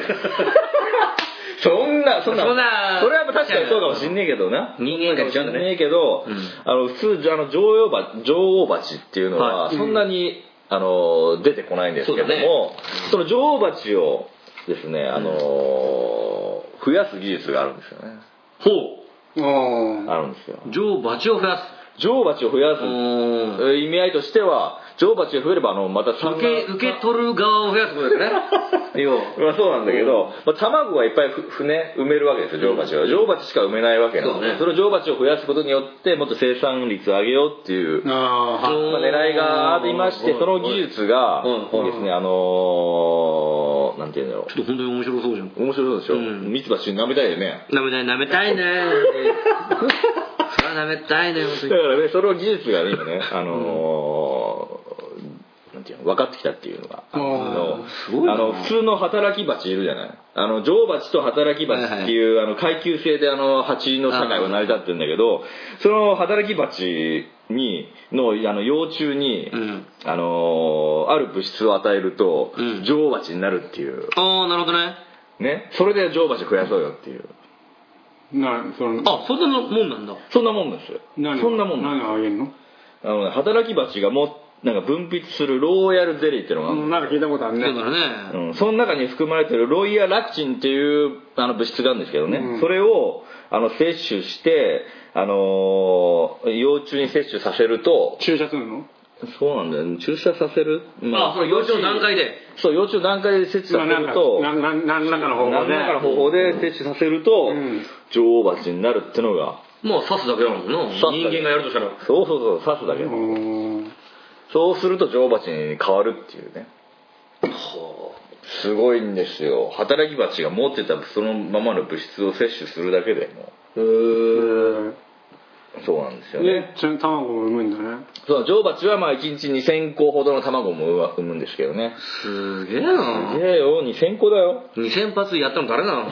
[SPEAKER 2] か
[SPEAKER 3] *laughs*
[SPEAKER 2] そんなそんな
[SPEAKER 3] そんな
[SPEAKER 2] それはまあ確かにそうかもしんねえけどな
[SPEAKER 3] 人間が違
[SPEAKER 2] し
[SPEAKER 3] うん
[SPEAKER 2] ん
[SPEAKER 3] だね
[SPEAKER 2] ねえけど、
[SPEAKER 3] うん
[SPEAKER 2] あの普通あの女王蜂女王蜂っていうのは
[SPEAKER 3] は
[SPEAKER 2] そんなに、あのー出てこないんですけどもそ,、の女王蜂をですね、あのー増やす技術があるんですよね。
[SPEAKER 3] ほ
[SPEAKER 1] あ
[SPEAKER 2] あるんですよ。
[SPEAKER 3] う女王蜂を増やす
[SPEAKER 2] 女王蜂を増やす
[SPEAKER 3] うん
[SPEAKER 2] えー意味合いとしては、女王蜂が増えれば、あの、また産
[SPEAKER 3] 受け
[SPEAKER 2] 卵
[SPEAKER 3] 受け取る側を増やすことですね要は
[SPEAKER 2] まあそうなんだけど、まあ、卵はいっぱいふふね埋めるわけですよ、女王蜂は。女王蜂しか埋めないわけな
[SPEAKER 3] そ
[SPEAKER 2] の
[SPEAKER 3] う
[SPEAKER 2] で、
[SPEAKER 3] ね
[SPEAKER 2] それを女王蜂を増やすことによって、もっと生産率を上げようっていう、
[SPEAKER 1] あ。ああ。
[SPEAKER 2] *laughs* まあ、狙いがありまして、その技術が
[SPEAKER 3] うん、
[SPEAKER 2] そうですね、あのー、なんていうんだろ
[SPEAKER 3] ちょっと本当に面白そうじゃん
[SPEAKER 2] う。面白そうでしょ、
[SPEAKER 3] うん
[SPEAKER 2] ミツバチ舐めたいよね。
[SPEAKER 3] 舐めたい舐めた
[SPEAKER 2] *laughs*
[SPEAKER 3] いねそれは舐めたいね本当
[SPEAKER 2] だ
[SPEAKER 3] に
[SPEAKER 2] からね、その技術がね、今
[SPEAKER 3] *laughs*
[SPEAKER 2] ね、あのーなんていうの、分かってきたっていうのが、あの
[SPEAKER 1] あー
[SPEAKER 3] すごいな
[SPEAKER 2] あの普通の働き蜂いるじゃない。あの、女王蜂と働き蜂っていう、あの階級制であの蜂の社会は成り立ってるんだけど、その働き蜂に、のあの幼虫に、
[SPEAKER 3] うん
[SPEAKER 2] あのーある物質を与えると、
[SPEAKER 3] うん
[SPEAKER 2] 女王蜂になるっていう、
[SPEAKER 3] ああなるほどね
[SPEAKER 2] ね、それで女王蜂増やそうよっていう、
[SPEAKER 1] な、その、
[SPEAKER 3] あそんなもんなんだ
[SPEAKER 2] そんなもんです。
[SPEAKER 1] 何
[SPEAKER 2] そんなもんです
[SPEAKER 1] 何をあげるの
[SPEAKER 2] あのね働き蜂がもなんか分泌するローヤルゼリーっていうのがあるの
[SPEAKER 1] なんか聞いたことある
[SPEAKER 3] そう
[SPEAKER 1] ね。
[SPEAKER 3] だね
[SPEAKER 2] うん、その中に含まれてるロイヤラクチンっていうあの物質があるんですけどね、
[SPEAKER 1] うん
[SPEAKER 2] それをあの摂取して、あのー幼虫に摂取させると
[SPEAKER 1] 注射するの
[SPEAKER 2] そうなんだよね注射させる、ま
[SPEAKER 3] あその幼虫の段階で
[SPEAKER 2] そう幼虫の段階で摂取
[SPEAKER 1] ま
[SPEAKER 2] さ
[SPEAKER 1] あ
[SPEAKER 2] せ
[SPEAKER 1] なんか、
[SPEAKER 2] ると
[SPEAKER 1] なんなんなんらかの方法
[SPEAKER 2] 何
[SPEAKER 1] で。
[SPEAKER 2] らかの方法で摂取させると、
[SPEAKER 1] うん
[SPEAKER 2] 女王蜂になるってのが
[SPEAKER 3] まあ刺すだけだもんな
[SPEAKER 2] 刺す
[SPEAKER 3] 人
[SPEAKER 2] だけ
[SPEAKER 3] 間がやるとしたら
[SPEAKER 2] そうそうそう刺すだけ、
[SPEAKER 1] うん
[SPEAKER 2] そうすると女王蜂に変わるっていうねすごいんですよ働き蜂が持ってたそのままの物質を摂取するだけでもうそうなんですよね
[SPEAKER 1] で、ちゃん卵を産むんだね。
[SPEAKER 2] そう女王蜂はまあ1日2000個ほどの卵も産む産むんですけどね
[SPEAKER 3] すげえ
[SPEAKER 2] い
[SPEAKER 3] な
[SPEAKER 2] やよ2000個だよ
[SPEAKER 3] 2000発やったの誰な *laughs*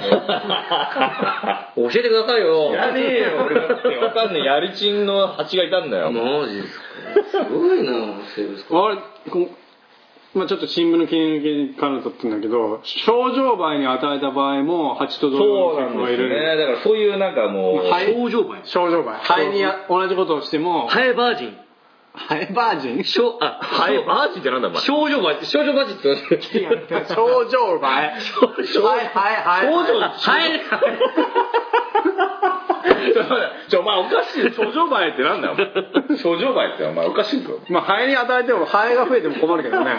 [SPEAKER 3] の教えてくださいよ
[SPEAKER 2] やねえよ俺だってわかんねえやりちんの蜂がいたんだよ
[SPEAKER 3] マジですかすごいな生物
[SPEAKER 1] あれこうまあ、ちょっと新聞の切り抜きから取ってんだけど症状倍に与えた場合も蜂と同
[SPEAKER 2] そう
[SPEAKER 1] 様
[SPEAKER 2] な
[SPEAKER 1] の人
[SPEAKER 2] んで
[SPEAKER 1] がい
[SPEAKER 2] すよ
[SPEAKER 1] る
[SPEAKER 2] ねだからそういうなんかもう、
[SPEAKER 1] まあはい
[SPEAKER 3] 症状倍
[SPEAKER 1] 症状倍肺にや同じことをしても
[SPEAKER 3] ハエバージン
[SPEAKER 1] ハエバー *laughs* ジン
[SPEAKER 3] 症あ
[SPEAKER 2] ハエバージンってなんだお前
[SPEAKER 3] 症状倍症状倍って言ってまし
[SPEAKER 2] *laughs*
[SPEAKER 3] た
[SPEAKER 1] 症状倍はいはいはい
[SPEAKER 3] 症状ハエ
[SPEAKER 2] ちょ、お前おかしいよ。諸女前ってなんだよ。お前諸女前ってお前おかしいぞ。
[SPEAKER 1] まあハエに与えてもハエが増えても困るけど *laughs* ね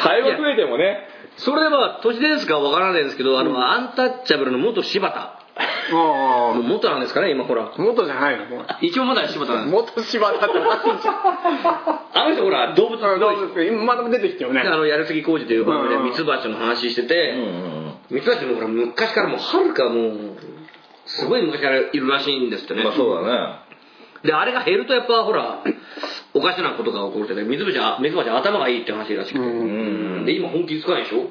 [SPEAKER 2] ハエが増えてもね。
[SPEAKER 3] それでは都市伝説かわからないんですけどあのアンタッチャブルの元柴田
[SPEAKER 1] もう
[SPEAKER 3] 元なんですかね今ほら
[SPEAKER 1] 元じゃないのもう
[SPEAKER 3] 一応まだ柴田なんです
[SPEAKER 1] 元柴田っておかしいじゃ
[SPEAKER 3] あの人ほら動物
[SPEAKER 1] んどうですか今まだ出てきてよね
[SPEAKER 3] あのやりすぎ工事という番組で
[SPEAKER 1] うんうん
[SPEAKER 3] ミツバチの話して
[SPEAKER 2] う
[SPEAKER 3] て、
[SPEAKER 2] ん
[SPEAKER 3] ミツバチもほら昔からもうはるかもうすごい昔からいるらしいんですってね、
[SPEAKER 2] まあそうだ
[SPEAKER 3] であれが減るとやっぱほらおかしなことが起こるってねミツバチはミツバチは頭がいいって話らしくて、
[SPEAKER 1] うん
[SPEAKER 2] ね。うん。
[SPEAKER 3] で今本気づかないでしょ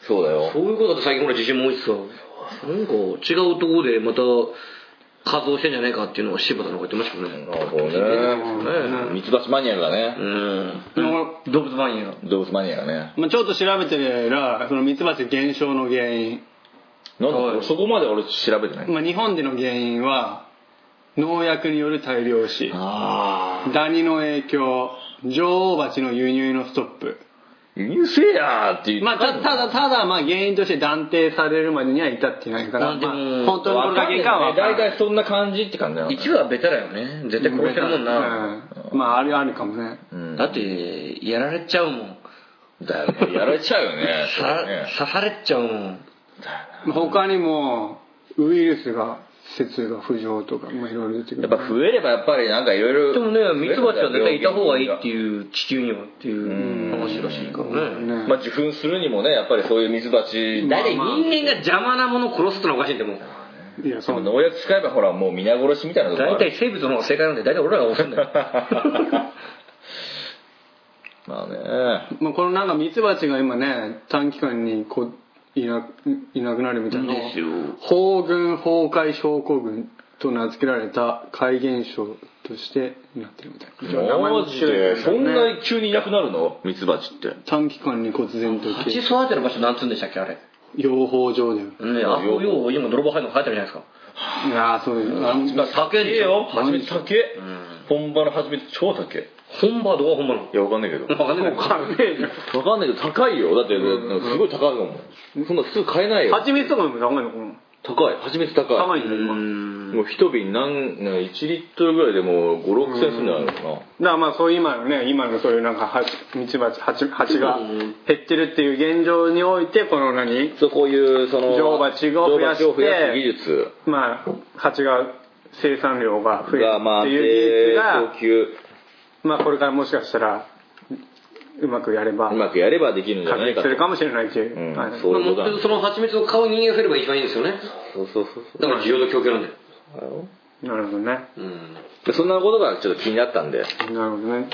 [SPEAKER 2] そうだよ
[SPEAKER 3] そ。ういうことだと最近ほら地震も多いしさなんか違うところでまた活動してんじゃないかっていうのを柴田の方が言ってましたもんね
[SPEAKER 2] なるほど
[SPEAKER 1] う
[SPEAKER 2] ね。
[SPEAKER 1] ん
[SPEAKER 2] ミツバチマニアがね。
[SPEAKER 3] うん動物マニア
[SPEAKER 2] 動物マニアがね。
[SPEAKER 1] まあ、ちょっと調べてみらそのミツバチ減少の原因
[SPEAKER 2] なんだろうそこまで俺調べてない。
[SPEAKER 1] まあ、日本での原因は農薬による大量死
[SPEAKER 2] ああ。
[SPEAKER 1] ダニの影響女王蜂の輸入のストップ
[SPEAKER 2] 輸入せえやーって言って
[SPEAKER 1] まあ、たただただまあ原因として断定されるまでには至っていないから、
[SPEAKER 3] まあでも
[SPEAKER 1] まあ本当にこれが原因かは
[SPEAKER 2] わ
[SPEAKER 1] 分
[SPEAKER 2] かん
[SPEAKER 1] からな
[SPEAKER 2] ないね
[SPEAKER 1] い
[SPEAKER 2] 大体そんな感じって感じなの。
[SPEAKER 3] 一部はベタだよね絶対殺してるもんな、
[SPEAKER 1] うんまああるあるかもね
[SPEAKER 2] うん
[SPEAKER 3] だってやられちゃうもん
[SPEAKER 2] だよね。やられちゃうよね。
[SPEAKER 3] さ
[SPEAKER 2] そうだよね
[SPEAKER 3] 刺されちゃうもん
[SPEAKER 1] まあ他にもウイルスが説が浮上とかまあいろいろ出てく
[SPEAKER 2] や
[SPEAKER 1] る
[SPEAKER 2] っぱ増えればやっぱりなんかいろいろ。
[SPEAKER 3] でもねミツバチは絶対いた方がいいって
[SPEAKER 2] う。
[SPEAKER 3] いう地球にはっていう話らしいからね
[SPEAKER 1] ね
[SPEAKER 2] まあ受粉するにもね、やっぱりそういうミツバチ。
[SPEAKER 3] だって人間が邪魔なものを殺すってのはおかしいんだもん
[SPEAKER 1] いや
[SPEAKER 2] そ
[SPEAKER 1] そ
[SPEAKER 2] の
[SPEAKER 1] う
[SPEAKER 2] 農薬使えばほらもう皆殺しみたいなとこあ
[SPEAKER 3] 大
[SPEAKER 2] る
[SPEAKER 3] 体生物の方が正解なんで大体俺らが押すんだよ
[SPEAKER 2] *laughs* まあね
[SPEAKER 1] まあ、このなんかミツバチが今ね短期間にこういないなくなるみたいな
[SPEAKER 3] ですよ
[SPEAKER 1] 法軍崩壊症候群と名付けられた怪現象としてなってるみたいな
[SPEAKER 2] マジでそんな急にいなくなるのミツバチって
[SPEAKER 1] 短期間に忽然と
[SPEAKER 3] *laughs* 蜂育てる場所なんつうんでしたっけあれね
[SPEAKER 1] 養蜂場で
[SPEAKER 3] あそうよう今泥棒入るの書いてあるじゃないですか
[SPEAKER 1] いやーそうですあの
[SPEAKER 3] 酒でしょ
[SPEAKER 2] 初めて竹本場の初めて超竹
[SPEAKER 3] 本場はどこが本場なの
[SPEAKER 2] いやわかんないけど
[SPEAKER 3] わかんないけど
[SPEAKER 1] わかんねえじゃん
[SPEAKER 2] わかんないけど高いよだってなんかすごい高いもんそんな普通買えないよ
[SPEAKER 1] 蜂蜜とかも高いのかな
[SPEAKER 2] 高い蜂蜜高い
[SPEAKER 1] 高いん
[SPEAKER 3] う
[SPEAKER 1] だよ今
[SPEAKER 3] ーん
[SPEAKER 2] もう一瓶なんなん1リットルぐらいでもう56千するんじゃないのかな
[SPEAKER 1] だからまあそういう今のね今のそういうなんか蜂蜜蜂蜂蜂が減ってるっていう現状においてこの何
[SPEAKER 2] そうこういうその
[SPEAKER 1] 女王蜂を増やして
[SPEAKER 2] 女王蜂を増やす技術
[SPEAKER 1] まあ蜂が生産量が増える
[SPEAKER 2] がまあ
[SPEAKER 1] っ
[SPEAKER 2] 安
[SPEAKER 1] ていう技術
[SPEAKER 2] 定
[SPEAKER 1] が
[SPEAKER 2] 供給
[SPEAKER 1] まあこれからもしかしたらうまくやれば
[SPEAKER 2] うまくやればできるんじゃ
[SPEAKER 1] 活
[SPEAKER 2] ない
[SPEAKER 1] 躍
[SPEAKER 2] かと
[SPEAKER 1] するかもしれないっていう、
[SPEAKER 2] うん
[SPEAKER 1] はい
[SPEAKER 2] そういうことだ
[SPEAKER 3] まあその蜂蜜を買う人間が増えれば一番いいんですよね
[SPEAKER 2] そうそうそう
[SPEAKER 3] だから需要と供給なんだよ
[SPEAKER 1] なるほどね
[SPEAKER 3] うんな
[SPEAKER 2] でそんなことがちょっと気になったんで、はい、
[SPEAKER 1] なるほどね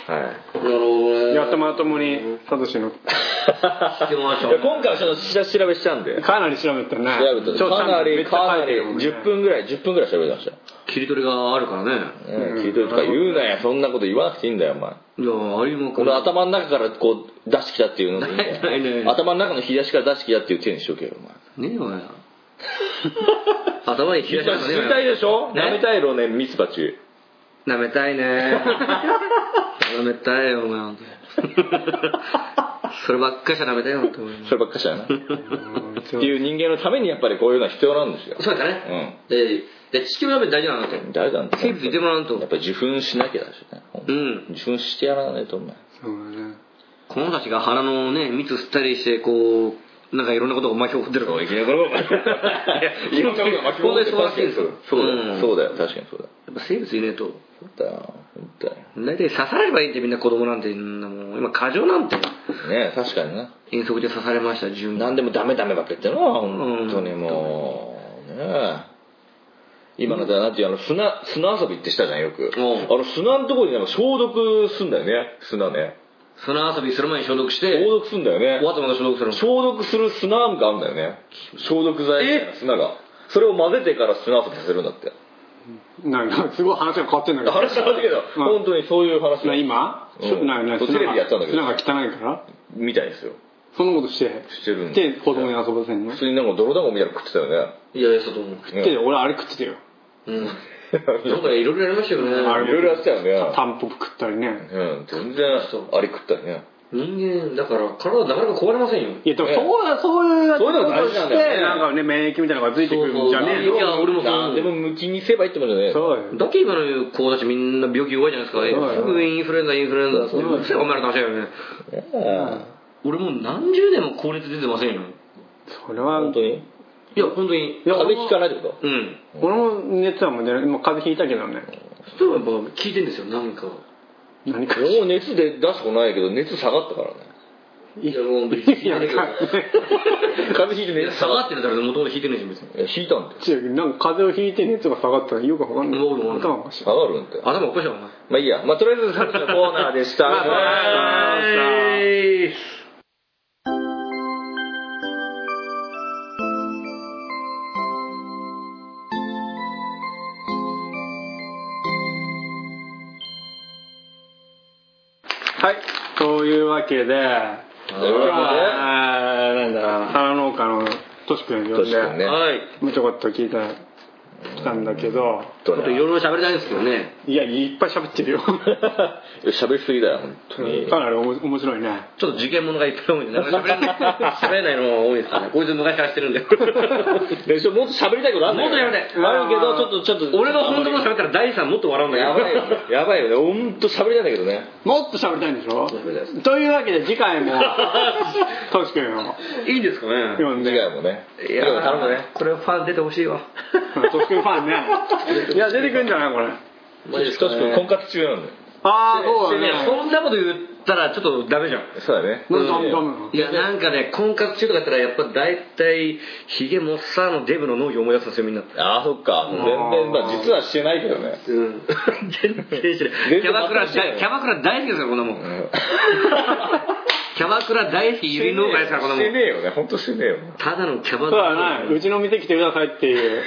[SPEAKER 3] るほどね
[SPEAKER 1] やっとまともにサトシの
[SPEAKER 3] てもらいましょう
[SPEAKER 2] いや今回はちょっと下調べしちゃうんで調
[SPEAKER 1] かなり調べたね
[SPEAKER 2] べた
[SPEAKER 1] ちょ
[SPEAKER 2] かな
[SPEAKER 1] め
[SPEAKER 2] り
[SPEAKER 1] っちゃ
[SPEAKER 2] か
[SPEAKER 1] 書
[SPEAKER 2] ない
[SPEAKER 1] て
[SPEAKER 2] り
[SPEAKER 1] るもんね
[SPEAKER 2] 10分ぐらい10分ぐらい調べてましたよ
[SPEAKER 3] 切り取りがあるからね
[SPEAKER 2] うん聞いてるとか言うなやそんなこと言わなくていいんだよお前
[SPEAKER 3] いやあれも
[SPEAKER 2] この頭の中からこう出してきたっていうのでいいんだよ
[SPEAKER 3] ないないない
[SPEAKER 2] 頭の中の引き出しから出してきたっていう手にしとけよお前
[SPEAKER 3] ねえお前頭に冷やしま
[SPEAKER 2] 知
[SPEAKER 3] す
[SPEAKER 2] りたい
[SPEAKER 3] ね
[SPEAKER 2] でしょ
[SPEAKER 3] ね
[SPEAKER 2] 舐めたいろねミツバチ
[SPEAKER 3] なめたいねなめたいよお前本当にそればっかしはなめたいよ本当に
[SPEAKER 2] そればっかしだなっていう人間のためにやっぱりこういうのは必要なんですよ
[SPEAKER 3] そうだ
[SPEAKER 2] う
[SPEAKER 3] ね
[SPEAKER 2] ん
[SPEAKER 3] でで地球はやっぱり大事なんだって
[SPEAKER 2] 誰だって
[SPEAKER 3] 生物いてもらうと
[SPEAKER 2] やっぱり受粉しなきゃだしね
[SPEAKER 3] うん
[SPEAKER 2] 受粉してやらないとお前
[SPEAKER 1] そうだね
[SPEAKER 3] この人たちが鼻のね蜜吸ったりしてこうなんかいろんなことが巻き起こってるから
[SPEAKER 2] いきなりこのいやいろんなことが巻き込んで
[SPEAKER 3] 本当に素晴らしいですよ
[SPEAKER 2] そうだ
[SPEAKER 3] う
[SPEAKER 2] よ
[SPEAKER 3] ん
[SPEAKER 2] そうだよ確かにそうだよ
[SPEAKER 3] やっぱ生物いねえと
[SPEAKER 2] そうだよ本当だよ
[SPEAKER 3] 大体刺さればいいってみんな子供なんてんなもん今過剰なんて
[SPEAKER 2] ねえ確かにな
[SPEAKER 3] 遠足で刺されました順
[SPEAKER 2] 何でもダメダメばっかり言ってるな本当にもうねえ今のだなんていうあの砂砂遊びってしたじゃんよくあ
[SPEAKER 3] うん
[SPEAKER 2] の砂のところになんか消毒すんだよね砂ね
[SPEAKER 3] 砂遊びする前に消毒して
[SPEAKER 2] 消毒すんだよね
[SPEAKER 3] 終わったまた消毒するの
[SPEAKER 2] 消毒する砂があるんだよね消毒剤みたいな砂がそれを混ぜてから砂遊びさせるんだって
[SPEAKER 1] なんかすごい話が変わってんだけど
[SPEAKER 2] 話変わったけど
[SPEAKER 1] うん
[SPEAKER 2] 本当にそういう話
[SPEAKER 1] な今、
[SPEAKER 2] うん
[SPEAKER 1] なんかね
[SPEAKER 2] そう
[SPEAKER 1] 砂
[SPEAKER 2] テレビ
[SPEAKER 1] が
[SPEAKER 2] でやったんだけど
[SPEAKER 1] 砂が汚いから
[SPEAKER 2] みたいですよ
[SPEAKER 1] そんなことして
[SPEAKER 2] してるん
[SPEAKER 1] で子供に遊ばせんの
[SPEAKER 2] 普
[SPEAKER 1] っ
[SPEAKER 2] 通になんか泥団子みたいなの食ってたよね
[SPEAKER 3] いやいやそうと思
[SPEAKER 2] うん
[SPEAKER 3] う
[SPEAKER 1] て俺あれ食ってたよ
[SPEAKER 3] *laughs* うんなんかいろいろやりましたよ
[SPEAKER 1] あれ
[SPEAKER 3] ね
[SPEAKER 2] いろいろやってたよね
[SPEAKER 1] タンポポ食ったりね
[SPEAKER 2] うん全然あれ食ったよね
[SPEAKER 3] 人間だから体なかなか壊れませんよ
[SPEAKER 1] いやでもそうだそういう
[SPEAKER 2] そういうのが大事なんだよね
[SPEAKER 1] してなんかね免疫みたいなのがついてくるんじゃねえ
[SPEAKER 3] い
[SPEAKER 1] の
[SPEAKER 3] や俺もそう思
[SPEAKER 2] 何で
[SPEAKER 3] う
[SPEAKER 2] も向きにせばいいってもんじゃねえ
[SPEAKER 1] そうよ
[SPEAKER 3] だけ今の子たちみんな病気弱いじゃないですか
[SPEAKER 1] うだよ
[SPEAKER 3] すぐインフルエンザインフルエンザってうるせえお前らの話だよね
[SPEAKER 2] ね
[SPEAKER 3] 俺もう何十年も高熱出てませんよ
[SPEAKER 1] それは
[SPEAKER 2] 本当に
[SPEAKER 3] いや本当に
[SPEAKER 2] 風邪ひかないってこ
[SPEAKER 3] うん
[SPEAKER 1] 俺も熱はもう出ないもう風邪ひいたけどね
[SPEAKER 3] それはやっぱ聞いてんですよなんか
[SPEAKER 1] 何か
[SPEAKER 2] ともう熱で出すことないけど熱下がったからね
[SPEAKER 3] いやもう別に聞い
[SPEAKER 1] い
[SPEAKER 3] てな
[SPEAKER 1] や
[SPEAKER 3] い
[SPEAKER 1] な
[SPEAKER 3] け
[SPEAKER 1] んか
[SPEAKER 2] *laughs*
[SPEAKER 3] ど
[SPEAKER 2] 風邪ひいて熱
[SPEAKER 3] 下がってるだろもともと引いてるんですよ別に
[SPEAKER 2] いや引いたんだよ
[SPEAKER 1] 違うなんか風邪をひいて熱が下がったらよくわかんない
[SPEAKER 3] うんうんうん
[SPEAKER 1] 頭おかしい
[SPEAKER 2] 下がるんだよ
[SPEAKER 3] 頭おかしいわお前
[SPEAKER 2] まあいいやまあとりあえずさっきのコーナーで *laughs* した
[SPEAKER 1] まあありがとうござ
[SPEAKER 3] えい
[SPEAKER 1] はいというわけで今
[SPEAKER 2] というわけで
[SPEAKER 1] 日はあーなんだ花農家のトシ君呼ん
[SPEAKER 2] トシ君
[SPEAKER 1] で
[SPEAKER 2] ね
[SPEAKER 3] はい
[SPEAKER 1] もうちょこっと聞いた来たんだけど
[SPEAKER 2] ちょ
[SPEAKER 3] ちょ
[SPEAKER 2] っ
[SPEAKER 3] っと
[SPEAKER 2] と
[SPEAKER 3] い
[SPEAKER 2] ね
[SPEAKER 3] ろいろ喋りたいんですけどね
[SPEAKER 1] いやいっぱい喋 *laughs* ってるよ
[SPEAKER 2] 喋りすぎだよ本当に
[SPEAKER 1] かなりおも面白いね
[SPEAKER 3] ちょっと受験者がいっぱい多いんでなかなか喋れない
[SPEAKER 2] *laughs*
[SPEAKER 3] 喋れないのが多いですからねこいつ昔からしてるんで
[SPEAKER 2] でしょもっと喋りたいことあるんだよ
[SPEAKER 3] もっと喋りたい
[SPEAKER 2] あるけどちょっとちょっと
[SPEAKER 3] 俺が本当のこと喋ったら大地さんもっと笑うんだけど
[SPEAKER 2] やばいよねやばいよね本当喋りたいんだけどね
[SPEAKER 1] もっと喋りたいんでしょ
[SPEAKER 2] 喋りたいです
[SPEAKER 1] というわけで次 *laughs* 回もトシ君を
[SPEAKER 3] いいんですかね
[SPEAKER 1] 呼んで
[SPEAKER 2] 次回もね
[SPEAKER 3] いや
[SPEAKER 2] 次回も頼むね
[SPEAKER 3] これはファン出てほしいわ
[SPEAKER 1] トシ君ファンねいや出てくんじゃないこれ
[SPEAKER 3] マジです
[SPEAKER 2] ト
[SPEAKER 3] か
[SPEAKER 2] シ
[SPEAKER 3] ね
[SPEAKER 2] 君婚活中なんだよ
[SPEAKER 1] ああそうだ
[SPEAKER 3] い
[SPEAKER 1] ね
[SPEAKER 3] やそんなこと言ったらちょっとダメじゃん
[SPEAKER 2] そうだね
[SPEAKER 1] なんだなん
[SPEAKER 3] いやなんかね婚活中とかやったらやっぱ大体ヒゲもっさーのデブの農業思い出すんですよみんな
[SPEAKER 2] ああそっか全然まあ実はしてないけどね
[SPEAKER 3] うん全然知らない
[SPEAKER 2] 全然
[SPEAKER 3] キャバクラ
[SPEAKER 2] 全然知らない
[SPEAKER 3] 大キャバクラ大好きですからこんなもん
[SPEAKER 2] ん
[SPEAKER 3] *laughs* キャバクラ大好きゆり農家ですからこんな
[SPEAKER 2] し
[SPEAKER 3] も
[SPEAKER 2] て
[SPEAKER 3] ん
[SPEAKER 2] ねえよね本当してねえよ
[SPEAKER 3] ただのキャ
[SPEAKER 1] そ
[SPEAKER 3] バ
[SPEAKER 1] う
[SPEAKER 3] ク
[SPEAKER 1] だ
[SPEAKER 3] ラ
[SPEAKER 1] なうちの店来てくださいって *laughs* いうね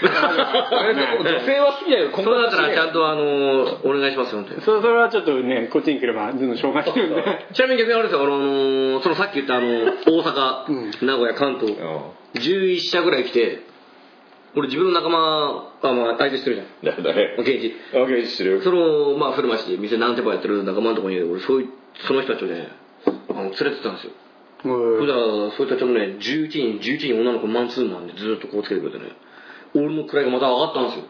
[SPEAKER 2] 女性は好きだよ
[SPEAKER 3] そ
[SPEAKER 2] 婚
[SPEAKER 3] れだ
[SPEAKER 2] 活
[SPEAKER 3] った
[SPEAKER 2] しねえ
[SPEAKER 3] らちゃ
[SPEAKER 2] よ
[SPEAKER 3] んとあのーお願いしますよ本当に
[SPEAKER 1] そそれはちょっとねこっちに来ればどんどん紹介するんで
[SPEAKER 3] ちなみに逆にあれですよ、あのーそのさっき言ったあの大阪、
[SPEAKER 1] うん
[SPEAKER 3] 名古屋関東
[SPEAKER 2] うん
[SPEAKER 3] 11社ぐらい来て俺自分の仲間あまあ相手してるじ
[SPEAKER 2] だね
[SPEAKER 3] ゃん現地
[SPEAKER 2] あ元気してる
[SPEAKER 3] そのまあ古町で店何店舗やってる仲間のところに俺そういうその人たちをねあの連れてったんですよそしたらそういう人たちもね11人11人女の子マンツーマンでずっとこうつけてくれてね俺の位がまた上がったんですよ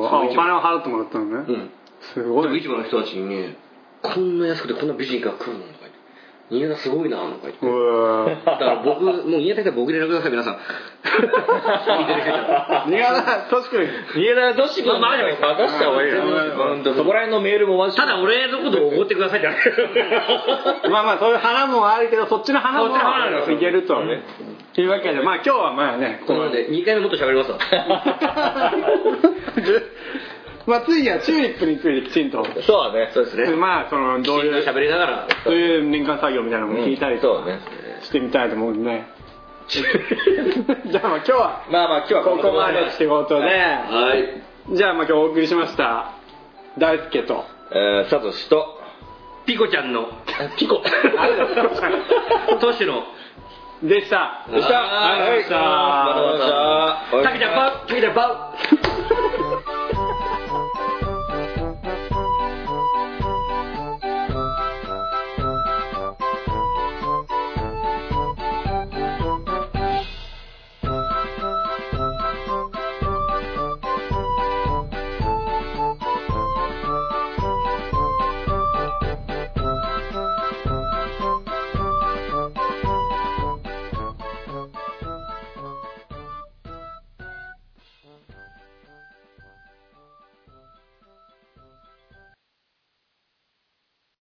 [SPEAKER 1] おあお金を払ってもらったの
[SPEAKER 3] う
[SPEAKER 1] ね
[SPEAKER 3] ん
[SPEAKER 1] すご
[SPEAKER 3] でも
[SPEAKER 1] い
[SPEAKER 3] 市場の人たちにねこんな安くてこんな美人が来るのとか言って新潟すごいなとか言って
[SPEAKER 1] うわ
[SPEAKER 3] だから僕もう新潟来たら僕で連絡ください皆さん見てる人た
[SPEAKER 1] 新潟トシ君
[SPEAKER 2] 家だどしまあまあでも任した方がいいよ
[SPEAKER 1] う
[SPEAKER 2] 本当そこら辺のメールもマジ
[SPEAKER 3] ちただ俺のことをおごってくださいって話
[SPEAKER 1] まあまあそういう花もあるけどそっちの花も
[SPEAKER 3] そっちの花なんですよ
[SPEAKER 1] いけるとねいうわけでまあ今日はまあね
[SPEAKER 3] こので2回目もっと喋ります *laughs* わ
[SPEAKER 1] まあ次はチューリップについてきちんと
[SPEAKER 2] そうだね
[SPEAKER 3] そうですね
[SPEAKER 1] まあそのどういう
[SPEAKER 3] 喋りながら
[SPEAKER 1] どういう年間作業みたいなのも聞いたり
[SPEAKER 2] そ
[SPEAKER 1] と
[SPEAKER 2] うだね
[SPEAKER 1] かしてみたいと思うんでねじゃあまあ今日は
[SPEAKER 2] まあまあ今日は
[SPEAKER 1] ここまでってことで
[SPEAKER 3] はい
[SPEAKER 1] じゃあまあ今日お送りしました大輔と
[SPEAKER 2] えーサトシと
[SPEAKER 3] ピコちゃんの
[SPEAKER 2] ピコ
[SPEAKER 3] トシの
[SPEAKER 1] でした
[SPEAKER 3] でした
[SPEAKER 1] ありがとうございました
[SPEAKER 2] ありがとうございました
[SPEAKER 3] タケちゃんバウタケちゃんバウ